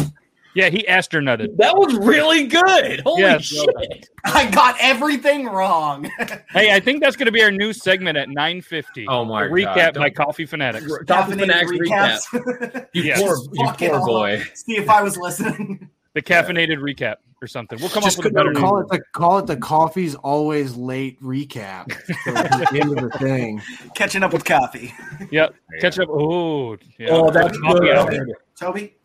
Speaker 5: Yeah, he astronutted.
Speaker 2: That was really good. Holy
Speaker 5: Yes.
Speaker 2: shit.
Speaker 1: I got everything wrong. [laughs]
Speaker 5: Hey, I think that's gonna be our new segment at 950.
Speaker 9: Oh my
Speaker 5: The
Speaker 9: God.
Speaker 5: recap by
Speaker 9: Don't-
Speaker 5: Coffee Fanatics.
Speaker 1: Dolphin
Speaker 2: Dolphin Axe
Speaker 1: recaps.
Speaker 5: You
Speaker 9: Yes. poor- [laughs] you
Speaker 1: Fuck it
Speaker 9: poor
Speaker 1: all
Speaker 9: boy.
Speaker 1: up. See if I was listening.
Speaker 5: The caffeinated recap or something. We'll come
Speaker 6: Just
Speaker 5: up with a
Speaker 6: couldn't
Speaker 5: better
Speaker 6: call
Speaker 5: name.
Speaker 6: it the call it the coffee's always late
Speaker 5: [laughs]
Speaker 6: recap. So it's the end of the thing.
Speaker 1: Catching up with coffee.
Speaker 5: Yep. Catch up. Oh, yeah.
Speaker 2: Oh, that's
Speaker 5: Coffee
Speaker 2: good.
Speaker 5: hour.
Speaker 1: Toby?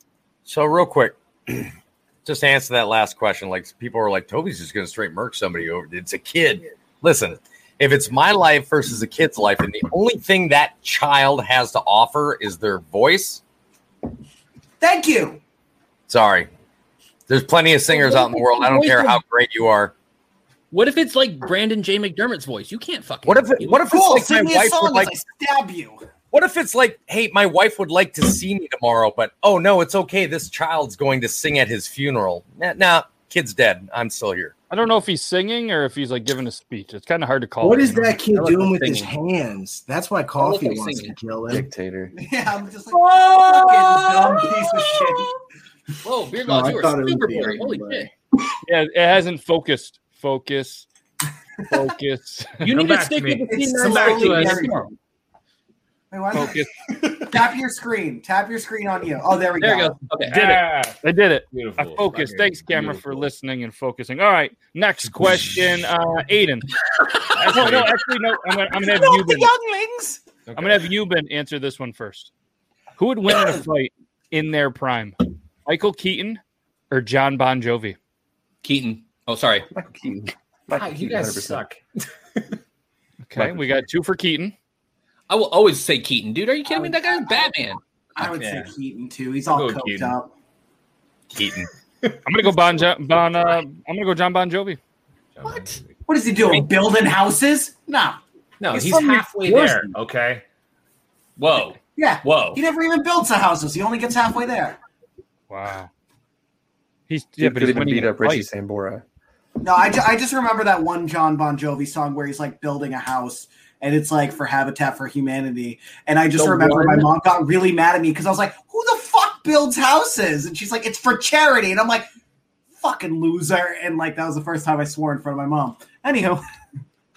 Speaker 4: So real quick, [clears throat] just to answer that last question. Like people are like, Toby's just going to straight murk somebody over. It's a kid. Listen, if it's my life versus a kid's life, and the only thing that child has to offer is their voice.
Speaker 1: Thank you.
Speaker 4: Sorry, there's plenty of singers out in the world. I don't care how great you are.
Speaker 2: What if it's like Brandon J. McDermott's voice? You can't fucking.
Speaker 4: What if it- what if it's
Speaker 2: Cool,
Speaker 4: like
Speaker 2: sing
Speaker 4: my
Speaker 2: me a
Speaker 4: wife
Speaker 2: song
Speaker 4: would
Speaker 2: as
Speaker 4: like?
Speaker 2: I
Speaker 1: stab you.
Speaker 4: What if it's like, hey, my wife would like to see me tomorrow, but oh no, it's okay. This child's going to sing at his funeral. Nah, nah kid's dead. I'm still here.
Speaker 5: I don't know if he's singing or if he's like giving a speech. It's kind of hard to call.
Speaker 6: What
Speaker 5: it,
Speaker 6: is
Speaker 5: you know?
Speaker 6: that kid
Speaker 5: I like
Speaker 6: doing
Speaker 5: the
Speaker 6: with his
Speaker 5: singing.
Speaker 6: hands? That's why coffee
Speaker 5: he's
Speaker 6: wants to
Speaker 5: singing.
Speaker 6: kill him. Dictator.
Speaker 1: [laughs] Yeah, I'm just like fucking dumb piece of shit.
Speaker 6: [laughs]
Speaker 2: Whoa, beer
Speaker 6: No,
Speaker 2: laws,
Speaker 6: I
Speaker 2: you
Speaker 6: thought it
Speaker 2: are
Speaker 6: was
Speaker 2: super
Speaker 6: the
Speaker 2: boring. Holy
Speaker 6: other [laughs]
Speaker 2: shit.
Speaker 5: [laughs] Yeah, it hasn't focused. Focus. Focus.
Speaker 2: [laughs] You need to stick with the
Speaker 1: It's
Speaker 2: scene
Speaker 1: so
Speaker 2: that's
Speaker 1: lame.
Speaker 2: already there.
Speaker 1: Wait, why is
Speaker 5: Focus.
Speaker 1: it- Tap your screen. Tap your screen on you. Oh, there we
Speaker 5: There
Speaker 1: go.
Speaker 5: you go. I did it. Ah, I did it. I focused.
Speaker 1: Fucking
Speaker 5: Thanks, camera, for listening and focusing. All right. Next question, uh, Aiden.
Speaker 7: Oh,
Speaker 5: no, no, actually, no. I'm gonna, I'm gonna have
Speaker 1: the
Speaker 5: you. been-
Speaker 1: younglings.
Speaker 5: I'm gonna have you Ben answer this one first. Who would win
Speaker 1: [clears throat]
Speaker 5: in a fight in their prime? Michael Keaton or John Bon Jovi?
Speaker 2: Keaton. Oh, sorry.
Speaker 5: Michael
Speaker 3: Keaton.
Speaker 2: Hi, you guys suck.
Speaker 5: Okay, we got two for Keaton.
Speaker 2: I will always say Keaton, dude. Are you kidding me? That guy's Batman.
Speaker 1: I would say Keaton too. He's all
Speaker 5: Go
Speaker 1: coked
Speaker 5: Keaton.
Speaker 1: up. [laughs]
Speaker 4: Keaton.
Speaker 5: I'm gonna go Bon jo- Bon. Uh, I'm gonna go John Bon Jovi.
Speaker 1: What? What is he doing? Building houses? No.
Speaker 9: No, he's,
Speaker 1: from
Speaker 9: halfway
Speaker 1: Jersey.
Speaker 9: there. Okay. Whoa.
Speaker 1: Yeah.
Speaker 9: Whoa.
Speaker 1: He never even builds the houses. He only gets halfway there.
Speaker 5: Wow. He's
Speaker 3: yeah,
Speaker 5: yeah,
Speaker 3: but
Speaker 5: but
Speaker 3: could
Speaker 5: he's
Speaker 3: even
Speaker 5: winning
Speaker 3: beat
Speaker 5: the
Speaker 3: up Richie
Speaker 5: fight.
Speaker 3: Sambora.
Speaker 1: No, I, ju- I just remember that one John Bon Jovi song where he's like building a house and it's like for Habitat for Humanity. And I just
Speaker 6: The
Speaker 1: remember my
Speaker 6: one-
Speaker 1: mom got really mad at me because I was like, who the fuck builds houses? And she's like, it's for charity. And I'm like, fucking loser. And like, that was the first time I swore in front of my mom. Anywho,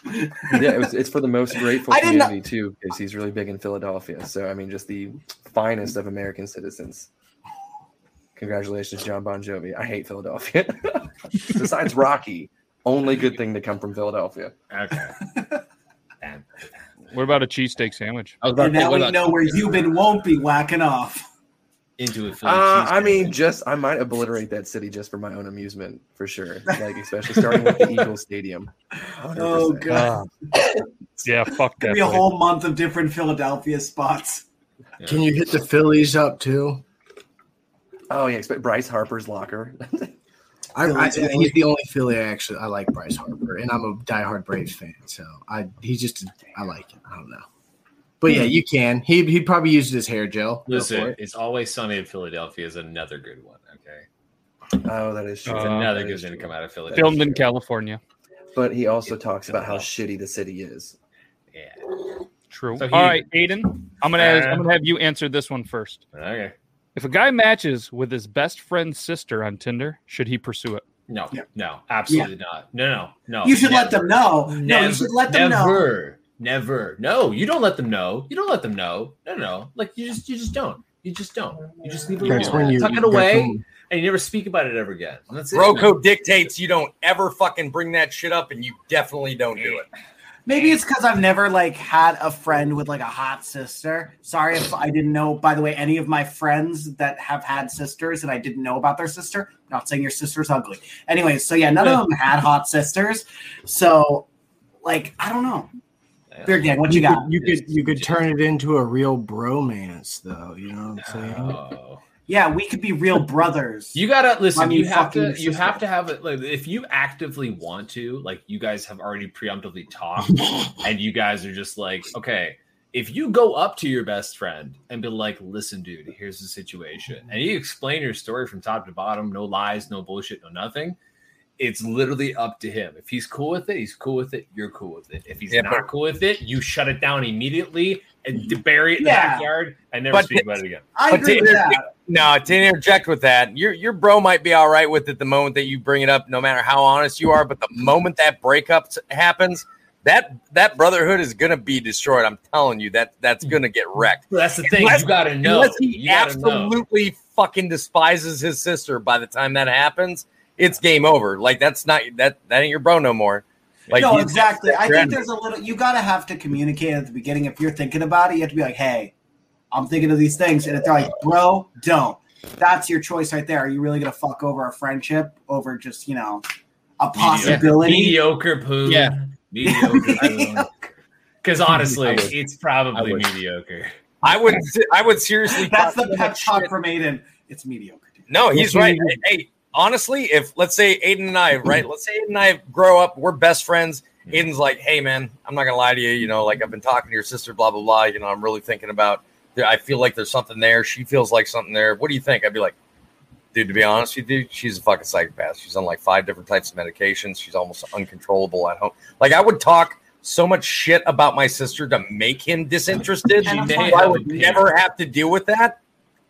Speaker 3: yeah, it was, it's for the most grateful
Speaker 1: I did not-
Speaker 3: community too, because he's really big in Philadelphia. So I mean, just the finest of American citizens. Congratulations, John Bon Jovi. I hate Philadelphia. [laughs] Besides Rocky, only good thing to come from Philadelphia.
Speaker 9: Okay.
Speaker 5: What about a cheesesteak sandwich?
Speaker 3: I was
Speaker 1: And now we know where Euban won't be whacking off.
Speaker 9: Into it.
Speaker 3: Uh, I mean, just I might obliterate that city just for my own amusement, for sure. Like especially starting with the Eagles Stadium.
Speaker 1: Oh,
Speaker 3: 100%.
Speaker 1: God.
Speaker 5: [laughs] yeah, fuck
Speaker 1: Could be a whole month of different Philadelphia spots.
Speaker 6: Can you hit the Phillies up too?
Speaker 3: Oh yeah, expect Bryce Harper's locker. [laughs]
Speaker 6: I, I,
Speaker 3: Phillies, yeah.
Speaker 6: he's the only Philly I actually I like Bryce Harper, and I'm a diehard Braves fan, so I he's just I like him. I don't know, but yeah, you can. He he probably used his hair gel. Go for
Speaker 9: Listen,
Speaker 6: it.
Speaker 9: it's always sunny in Philadelphia is another good one. Okay,
Speaker 3: Oh, that is true.
Speaker 9: it's another good thing to come out of Philadelphia.
Speaker 5: Filmed in California.
Speaker 3: But he also talks about how shitty the city is.
Speaker 5: True.
Speaker 3: So he-
Speaker 5: All right, Aiden, I'm gonna
Speaker 3: Uh,
Speaker 5: I'm gonna have you answer this one first.
Speaker 9: Okay.
Speaker 5: If a guy matches with his best friend's sister on Tinder, should he pursue it?
Speaker 9: No, no, Uh, absolutely not. No, no, no.
Speaker 5: You should let them
Speaker 1: know.
Speaker 5: No, you should let them know.
Speaker 9: never, Never, No, you don't let them know. You don't let them know. No, no, no. Like you just, you just don't. You just don't. You just leave it
Speaker 4: That's
Speaker 9: alone.
Speaker 4: when you-
Speaker 9: tuck it
Speaker 4: that's
Speaker 9: away,
Speaker 4: when-
Speaker 9: and you never speak about it ever again. And That's it.
Speaker 4: Roko dictates you don't ever fucking bring that shit up, and you definitely don't do it.
Speaker 1: Maybe it's because I've never like had a friend with like a hot sister. Sorry if I didn't know. By the way, any of my friends that have had sisters and I didn't know about their sister. Not saying your sister's ugly. Anyway, so yeah, none of them had hot sisters. So, like, I don't know. Beer gang, what you got?
Speaker 6: Could, you could you could turn it into a real bromance, though. You know what I'm saying?
Speaker 1: Yeah, we could be real brothers.
Speaker 9: You gotta listen.
Speaker 1: I mean,
Speaker 9: you have to.
Speaker 1: fucking
Speaker 9: You
Speaker 1: sister.
Speaker 9: have to have it. Like, if you actively want to, like, you guys have already preemptively
Speaker 1: [laughs]
Speaker 9: talked, and you guys are just like, okay. If you go up to your best friend and be like, "Listen, dude, here's the situation," and you explain your story from top to bottom, no lies, no bullshit, no nothing, it's literally up to him. If he's cool with it, he's cool with it. You're cool with it. If he's
Speaker 4: Yeah,
Speaker 9: not
Speaker 4: but-
Speaker 9: cool with it, you shut it down immediately and d- bury it in
Speaker 4: Yeah.
Speaker 9: the backyard and never
Speaker 4: But
Speaker 9: speak
Speaker 4: it-
Speaker 9: about it again.
Speaker 1: I
Speaker 4: But
Speaker 1: agree
Speaker 4: to
Speaker 1: with
Speaker 4: inter-
Speaker 1: that.
Speaker 4: No, to interject with that, your your bro might be all right with it the moment that you bring it up, no matter how honest you are. But the moment that breakup s- happens, that that brotherhood is gonna be destroyed. I'm telling you that that's gonna get wrecked.
Speaker 9: Well, that's Mm. the thing, you gotta know.
Speaker 4: Unless he
Speaker 9: You gotta know.
Speaker 4: absolutely fucking despises his sister by the time that happens, it's game over. Like that's not that that ain't your bro no more. Like
Speaker 1: no,
Speaker 4: he's-
Speaker 1: exactly. I
Speaker 4: you're
Speaker 1: think
Speaker 4: in-
Speaker 1: there's a little. You gotta have to communicate at the beginning. If you're thinking about it, you have to be like, "Hey, I'm thinking of these things," and if they're like, "Bro, don't," that's your choice right there. Are you really gonna fuck over our friendship over just you know a possibility?
Speaker 9: Mediocre poo. Yeah. Mediocre Because honestly,
Speaker 4: I would.
Speaker 9: it's probably
Speaker 4: I would.
Speaker 9: mediocre.
Speaker 4: I would I would seriously
Speaker 1: That's the pep talk from Aiden. It's mediocre.
Speaker 4: No,
Speaker 1: Yes,
Speaker 4: he's right.
Speaker 1: he is.
Speaker 4: Hey, honestly, if let's say Aiden and I, right? Let's say Aiden and I grow up, we're best friends. Aiden's like, hey man, I'm not gonna lie to you. You know, like I've been talking to your sister, blah blah blah. You know, I'm really thinking about. I feel like there's something there. She feels like something there. What do you think? I'd be like, dude, to be honest with you, dude, she's a fucking psychopath. She's on like five different types of medications. She's almost uncontrollable at home. Like I would talk so much shit about my sister to make him disinterested.
Speaker 2: And I'm
Speaker 4: so
Speaker 2: fine.
Speaker 4: I would never have to deal with that,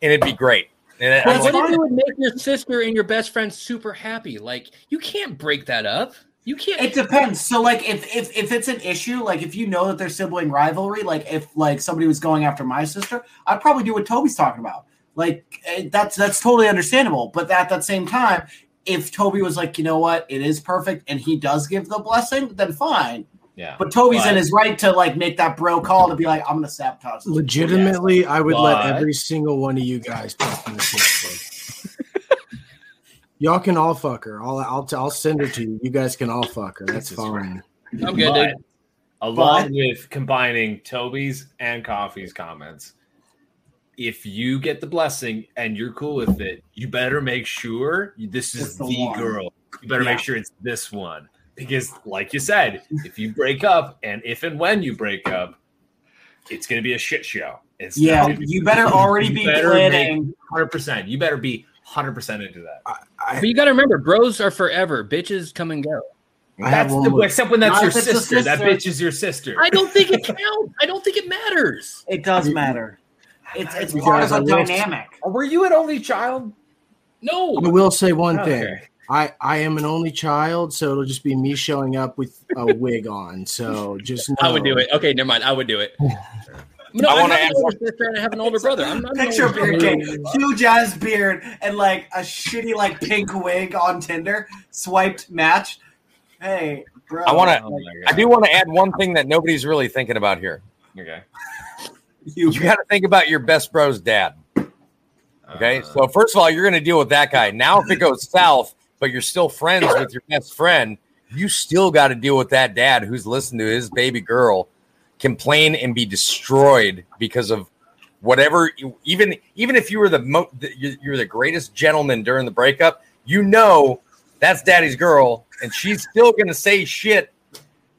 Speaker 4: and it'd be great. And I'm
Speaker 2: But
Speaker 4: like-
Speaker 2: what if you would make your sister and your best friend super happy? Like you can't break that up. You can't.
Speaker 1: It depends. So like if if if it's an issue, like if you know that there's sibling rivalry, like if like somebody was going after my sister, I'd probably do what Toby's talking about. Like eh, that's that's totally understandable. But at that same time, if Toby was like, you know what, it is perfect, and he does give the blessing, then fine.
Speaker 9: Yeah.
Speaker 1: But Toby's in
Speaker 6: But-
Speaker 1: his right to like make that bro call to be like, I'm gonna sabotage. this.
Speaker 6: Legitimately, I would let
Speaker 1: But-
Speaker 6: every single one of you guys fuck in the Facebook. Y'all can all fuck her. I'll I'll I'll send her to you. You guys can all fuck her. That's fine.
Speaker 9: I'm
Speaker 6: good,
Speaker 9: But,
Speaker 6: dude.
Speaker 9: Along
Speaker 6: But-
Speaker 9: with combining Toby's and Coffee's comments, if you get the blessing and you're cool with it, you better make sure you- this is the,
Speaker 18: the one.
Speaker 9: girl. You better
Speaker 18: Yeah.
Speaker 9: make sure it's this one. Because, like you said, if you break up and if and when you break up, it's going to be a shit show. It's
Speaker 1: Yeah,
Speaker 9: not gonna be-
Speaker 1: you better already be
Speaker 9: make
Speaker 1: planning.
Speaker 9: 100%. You better be 100% into that.
Speaker 2: But you got to remember, bros are forever. Bitches come and go.
Speaker 9: That's the, except when that's
Speaker 2: Not
Speaker 9: your
Speaker 2: if it's a
Speaker 9: sister. That
Speaker 2: sister.
Speaker 9: bitch is your sister.
Speaker 2: I don't think
Speaker 9: [laughs]
Speaker 2: it counts. I don't think it matters.
Speaker 1: It does matter. It's it's
Speaker 6: You
Speaker 1: part
Speaker 6: guys
Speaker 1: of a
Speaker 6: are little-
Speaker 1: dynamic.
Speaker 9: Were you an only child? No.
Speaker 6: I will say one
Speaker 2: Oh,
Speaker 1: Okay.
Speaker 6: thing. I I am an only child, so it'll just be me showing up with a wig on. So just know.
Speaker 2: I would do it. Okay, never mind. I would do it. No,
Speaker 1: I
Speaker 2: I
Speaker 1: wanna
Speaker 2: have an
Speaker 1: ask-
Speaker 2: older sister and I have an older brother. I'm not an
Speaker 1: Picture
Speaker 2: older
Speaker 1: beard
Speaker 2: brother.
Speaker 1: king, huge ass beard, and like a shitty like pink wig on Tinder. Swiped match. Hey, bro.
Speaker 4: I want to. I do want to add one thing that nobody's really thinking about here.
Speaker 9: Okay.
Speaker 4: You, got to think about your best bro's dad. Okay. so first of all, you're going to deal with that guy. Now, if it goes south, but you're still friends with your best friend, you still got to deal with that dad who's listened to his baby girl complain and be destroyed because of whatever. you- Even even if you were the mo- the- you- you're the greatest gentleman during the breakup, you know that's daddy's girl, and she's still going to say shit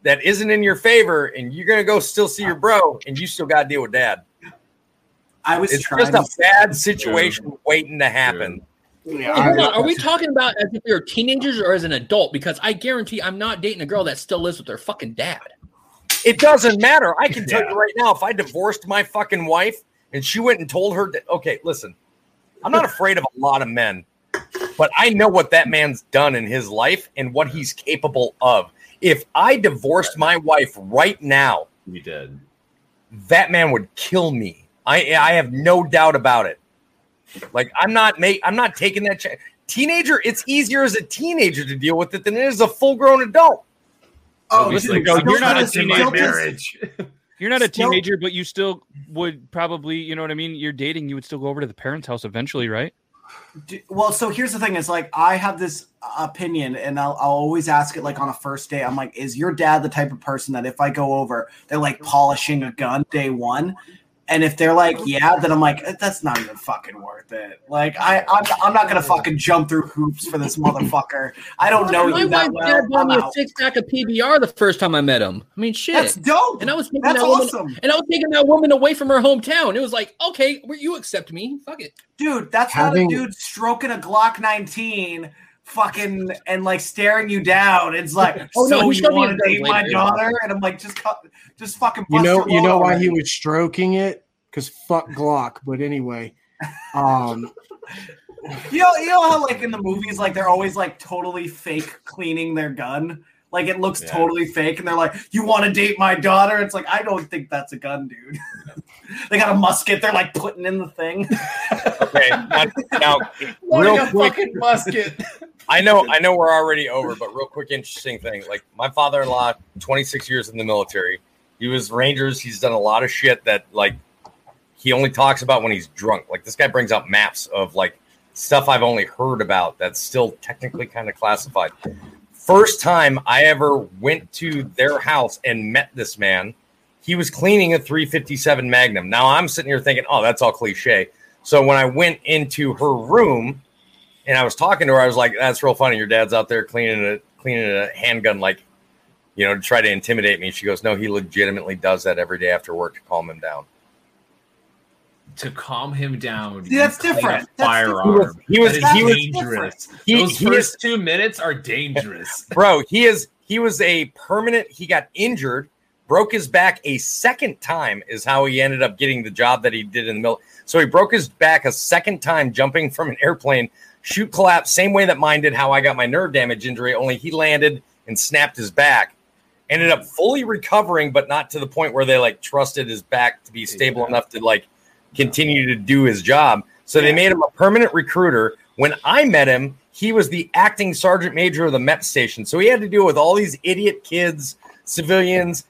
Speaker 4: that isn't in your favor, and you're gonna go still see your bro, and you still gotta deal with dad.
Speaker 1: I was
Speaker 4: it's
Speaker 1: trying
Speaker 4: just a
Speaker 1: to-
Speaker 4: bad situation waiting to happen.
Speaker 2: Hey, hold on. Are we talking about as if we were teenagers or as an adult? Because I guarantee I'm not dating a girl that still lives with her fucking dad.
Speaker 4: [laughs] It doesn't matter. I can tell
Speaker 2: Yeah.
Speaker 4: you right now, if I divorced my fucking wife and she went and told her, that, okay, listen, I'm not afraid of a lot of men, but I know what that man's done in his life and what he's capable of. If I divorced my wife right now,
Speaker 9: you did.
Speaker 4: That man would kill me. I I have no doubt about it. Like I'm not make I'm not taking that chance. Teenager, it's easier as a teenager to deal with it than it is a full grown adult.
Speaker 1: Oh,
Speaker 5: Obviously,
Speaker 4: listen,
Speaker 5: you're not a
Speaker 4: listen,
Speaker 5: teenage
Speaker 4: don't just-
Speaker 5: marriage. You're not a
Speaker 4: Still-
Speaker 5: teenager, but you still would probably, you know what I mean? You're dating, you would still go over to the parents' house eventually, right?
Speaker 1: D- well so here's the thing is like i have this opinion and I'll, I'll always ask it like on a first date i'm like is your dad the type of person that if i go over they're like polishing a gun day one and if they're like yeah then i'm like "Eh, that's not even fucking worth it like i i'm, I'm not gonna fucking jump through hoops for this motherfucker i don't know
Speaker 2: My
Speaker 1: you that
Speaker 2: wife's dad
Speaker 1: well
Speaker 2: bought
Speaker 1: I'm
Speaker 2: me a
Speaker 1: out.
Speaker 2: six pack of PBR the first time I met him. I mean, shit,
Speaker 1: That's dope.
Speaker 2: And I was taking
Speaker 1: That's
Speaker 2: that woman,
Speaker 1: awesome.
Speaker 2: and I was taking that woman away from her hometown. It was like, okay, well, you accept me? Fuck it.
Speaker 1: dude that's
Speaker 6: Having-
Speaker 1: not a dude stroking a glock 19 fucking and like staring you down it's like
Speaker 2: Oh,
Speaker 1: so
Speaker 2: no, he
Speaker 1: you
Speaker 2: showed me
Speaker 1: want
Speaker 2: his
Speaker 1: to date
Speaker 2: gun
Speaker 1: my
Speaker 2: later.
Speaker 1: daughter and i'm like just cut just fucking
Speaker 6: You
Speaker 1: bust
Speaker 6: know,
Speaker 1: your
Speaker 6: you
Speaker 1: load
Speaker 6: know why he
Speaker 1: already.
Speaker 6: was stroking it? Because fuck Glock. But anyway, um,
Speaker 1: you know you know how like in the movies like they're always like totally fake cleaning their gun like it looks totally fake and they're like you want to date my daughter it's like i don't think that's a gun dude [laughs] they got a musket they're like putting in the thing
Speaker 4: Okay, now, now,
Speaker 1: Loading
Speaker 4: real
Speaker 1: a
Speaker 4: quick,
Speaker 1: fucking musket
Speaker 4: I know, I know, we're already over, but real quick, interesting thing. Like my father-in-law, 26 years in the military. He was Rangers. He's done a lot of shit that like he only talks about when he's drunk. Like this guy brings out maps of like stuff I've only heard about that's still technically kind of classified. First time I ever went to their house and met this man, he was cleaning a 357 Magnum. Now I'm sitting here thinking, oh, that's all cliche. So when I went into her room and I was talking to her, I was like, that's real funny. Your dad's out there cleaning a cleaning a handgun like you know, to try to intimidate me. She goes, No, he legitimately does that every day after work to calm him down.
Speaker 9: To calm him down.
Speaker 1: See, that's
Speaker 9: you play
Speaker 1: different.
Speaker 9: A
Speaker 1: That's
Speaker 9: firearm.
Speaker 1: different. He was-
Speaker 9: That is
Speaker 1: he was-
Speaker 9: dangerous.
Speaker 4: He-
Speaker 9: Those
Speaker 4: he
Speaker 9: first two minutes are dangerous.
Speaker 4: bro he is he was a permanent he got injured broke his back a second time is how he ended up getting the job that he did in the middle so he broke his back a second time jumping from an airplane shoot collapse same way that mine did how i got my nerve damage injury only he landed and snapped his back ended up fully recovering but not to the point where they like trusted his back to be stable enough to like continue to do his job so they made him a permanent recruiter when i met him he was the acting sergeant major of the MEP station so he had to deal with all these idiot kids civilians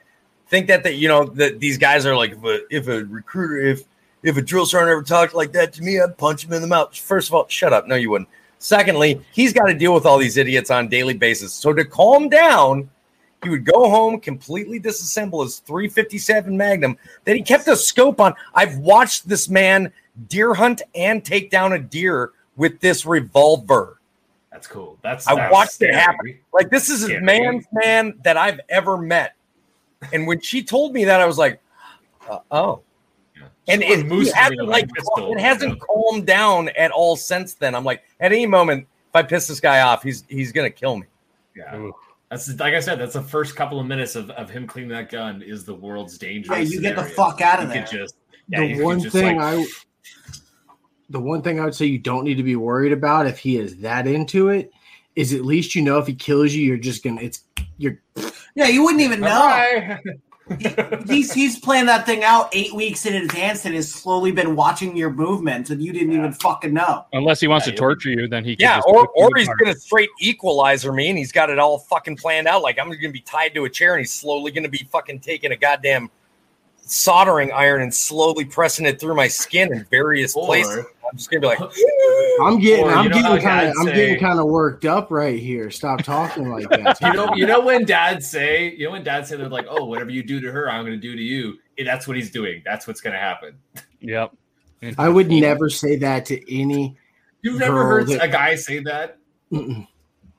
Speaker 4: think that that you know that these guys are like if a, if a recruiter if if a drill sergeant ever talked like that to me i'd punch him in the mouth first of all shut up no you wouldn't secondly he's got to deal with all these idiots on a daily basis so to calm down he would go home completely disassemble his 357 magnum that he kept a scope on i've watched this man deer hunt and take down a deer with this revolver
Speaker 9: That's cool. That's
Speaker 4: I
Speaker 9: that's
Speaker 4: watched
Speaker 9: scary.
Speaker 4: it happen. Like this is a
Speaker 9: Scary.
Speaker 4: man's man that I've ever met. And when she told me that, I was like, uh, "Oh." And
Speaker 9: Someone
Speaker 4: it,
Speaker 9: moves
Speaker 4: it hasn't,
Speaker 9: through,
Speaker 4: like,
Speaker 9: like, pistol,
Speaker 4: it hasn't calmed down at all since then. I'm like, at any moment, if I piss this guy off, he's he's gonna kill me.
Speaker 9: Yeah. That's like I said. That's the first couple of minutes of, of him cleaning that gun is the world's dangerous.
Speaker 1: Hey, you get the
Speaker 9: scenario.
Speaker 1: fuck outta
Speaker 9: You could
Speaker 1: there.
Speaker 9: just- yeah, you
Speaker 6: the
Speaker 9: could
Speaker 6: one
Speaker 9: just,
Speaker 6: thing
Speaker 9: like,
Speaker 6: I, the one thing I would say you don't need to be worried about if he is that into it is at least you know if he kills you, you're just gonna it's you're
Speaker 1: [laughs] Yeah, you wouldn't even know. He- he's he's playing that thing out eight weeks in advance and has slowly been watching your movements and you didn't even fucking know.
Speaker 5: Unless he wants to torture you, then he
Speaker 4: Yeah,
Speaker 5: can just
Speaker 4: or,
Speaker 5: rip you
Speaker 4: or he's
Speaker 5: apart.
Speaker 4: going to straight equalizer me and he's got it all fucking planned out. Like, I'm going to be tied to a chair and he's slowly going to be fucking taking a goddamn soldering iron and slowly pressing it through my skin in various places. I'm just going to be like,
Speaker 6: I'm getting
Speaker 4: Or,
Speaker 6: I'm
Speaker 4: you know,
Speaker 6: getting
Speaker 4: like
Speaker 6: kind
Speaker 4: I'd
Speaker 6: of I'm
Speaker 4: say-
Speaker 6: getting kind of worked up right here. Stop talking
Speaker 9: [laughs]
Speaker 6: like that.
Speaker 9: you know, you know when dads say, you know when dads say they're like, "Oh, whatever you do to her, I'm going to do to you." Eh, That's what he's doing. That's what's going to happen.
Speaker 5: Yep.
Speaker 6: I would never say that to any.
Speaker 9: You've never
Speaker 6: girl
Speaker 9: heard
Speaker 6: that-
Speaker 9: a guy say that.
Speaker 6: Mm-mm.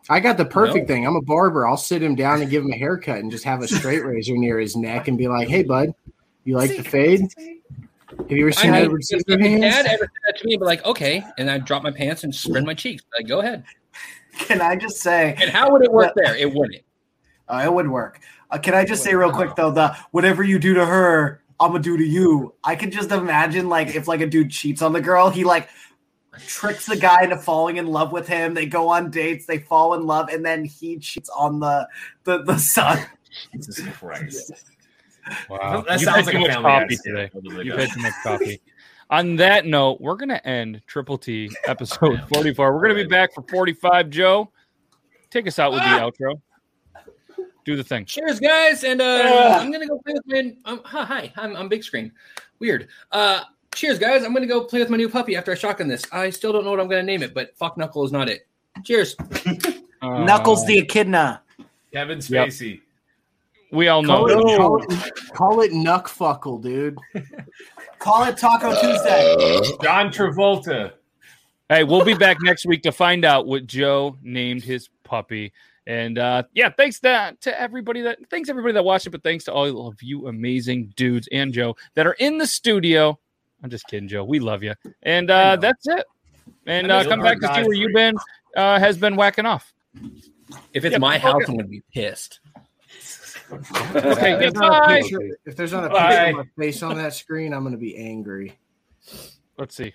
Speaker 6: I got the perfect thing. I'm a barber. I'll sit him down and give him a haircut and just have a straight razor near his neck and be like, "Hey, bud, you like the fade? Have you ever
Speaker 2: I
Speaker 6: seen
Speaker 2: know,
Speaker 6: Edward
Speaker 2: because if my dad
Speaker 6: Scissorhands?"
Speaker 2: ever said that to me, I'd be like, okay, and I drop my pants and spread my cheeks. Like, go ahead.
Speaker 1: [laughs] Can I just say?
Speaker 2: And how would it work there? It wouldn't.
Speaker 1: [laughs] Uh, it would work. Uh, can I just say real quick though, the whatever you do to her, I'm gonna do to you. I could just imagine like if like a dude cheats on the girl, he like tricks the guy into falling in love with him. They go on dates, they fall in love, and then he cheats on the the, the son.
Speaker 9: Jesus Christ!
Speaker 5: Wow.
Speaker 9: That
Speaker 5: You've
Speaker 9: sounds like
Speaker 5: had too
Speaker 9: a
Speaker 5: much
Speaker 9: family
Speaker 5: coffee
Speaker 9: accident.
Speaker 5: today.
Speaker 9: What do they
Speaker 5: You've
Speaker 9: got?
Speaker 5: had too much coffee. On that note, we're going to end Triple T episode 44. We're going to be back for 45. Joe, take us out with the outro. Do the thing.
Speaker 2: Cheers, guys, and uh,
Speaker 5: Ugh.
Speaker 2: I'm gonna go play with my. Um, hi, hi, I'm, I'm big screen. Weird. Uh, cheers, guys. I'm gonna go play with my new puppy after I shotgun this. I still don't know what I'm gonna name it, but fuck knuckle is not it. Cheers.
Speaker 1: Knuckles the echidna.
Speaker 9: Kevin
Speaker 5: Yep.
Speaker 9: Spacey.
Speaker 5: We all know.
Speaker 6: Call it, call it, call it knuck fuckle, dude.
Speaker 1: call it Taco Tuesday.
Speaker 9: John Travolta.
Speaker 5: Hey, we'll be back next week to find out what Joe named his puppy. And uh, yeah, thanks to, to everybody that thanks everybody that watched it, but thanks to all of you amazing dudes and Joe that are in the studio. I'm just kidding, Joe. We love you. And uh, that's it. And
Speaker 2: I
Speaker 5: uh,
Speaker 2: know.
Speaker 5: come back to see where you've been uh, has been whacking off.
Speaker 2: If it's
Speaker 5: Yeah,
Speaker 2: my
Speaker 5: fuck
Speaker 2: house,
Speaker 5: it.
Speaker 2: I'm gonna be
Speaker 5: [laughs]
Speaker 2: pissed.
Speaker 5: [laughs] Okay,
Speaker 6: If there's not a
Speaker 5: goodbye.
Speaker 6: picture- If there's not a
Speaker 5: Bye.
Speaker 6: picture of my face on that screen, I'm going to be angry.
Speaker 5: Let's see.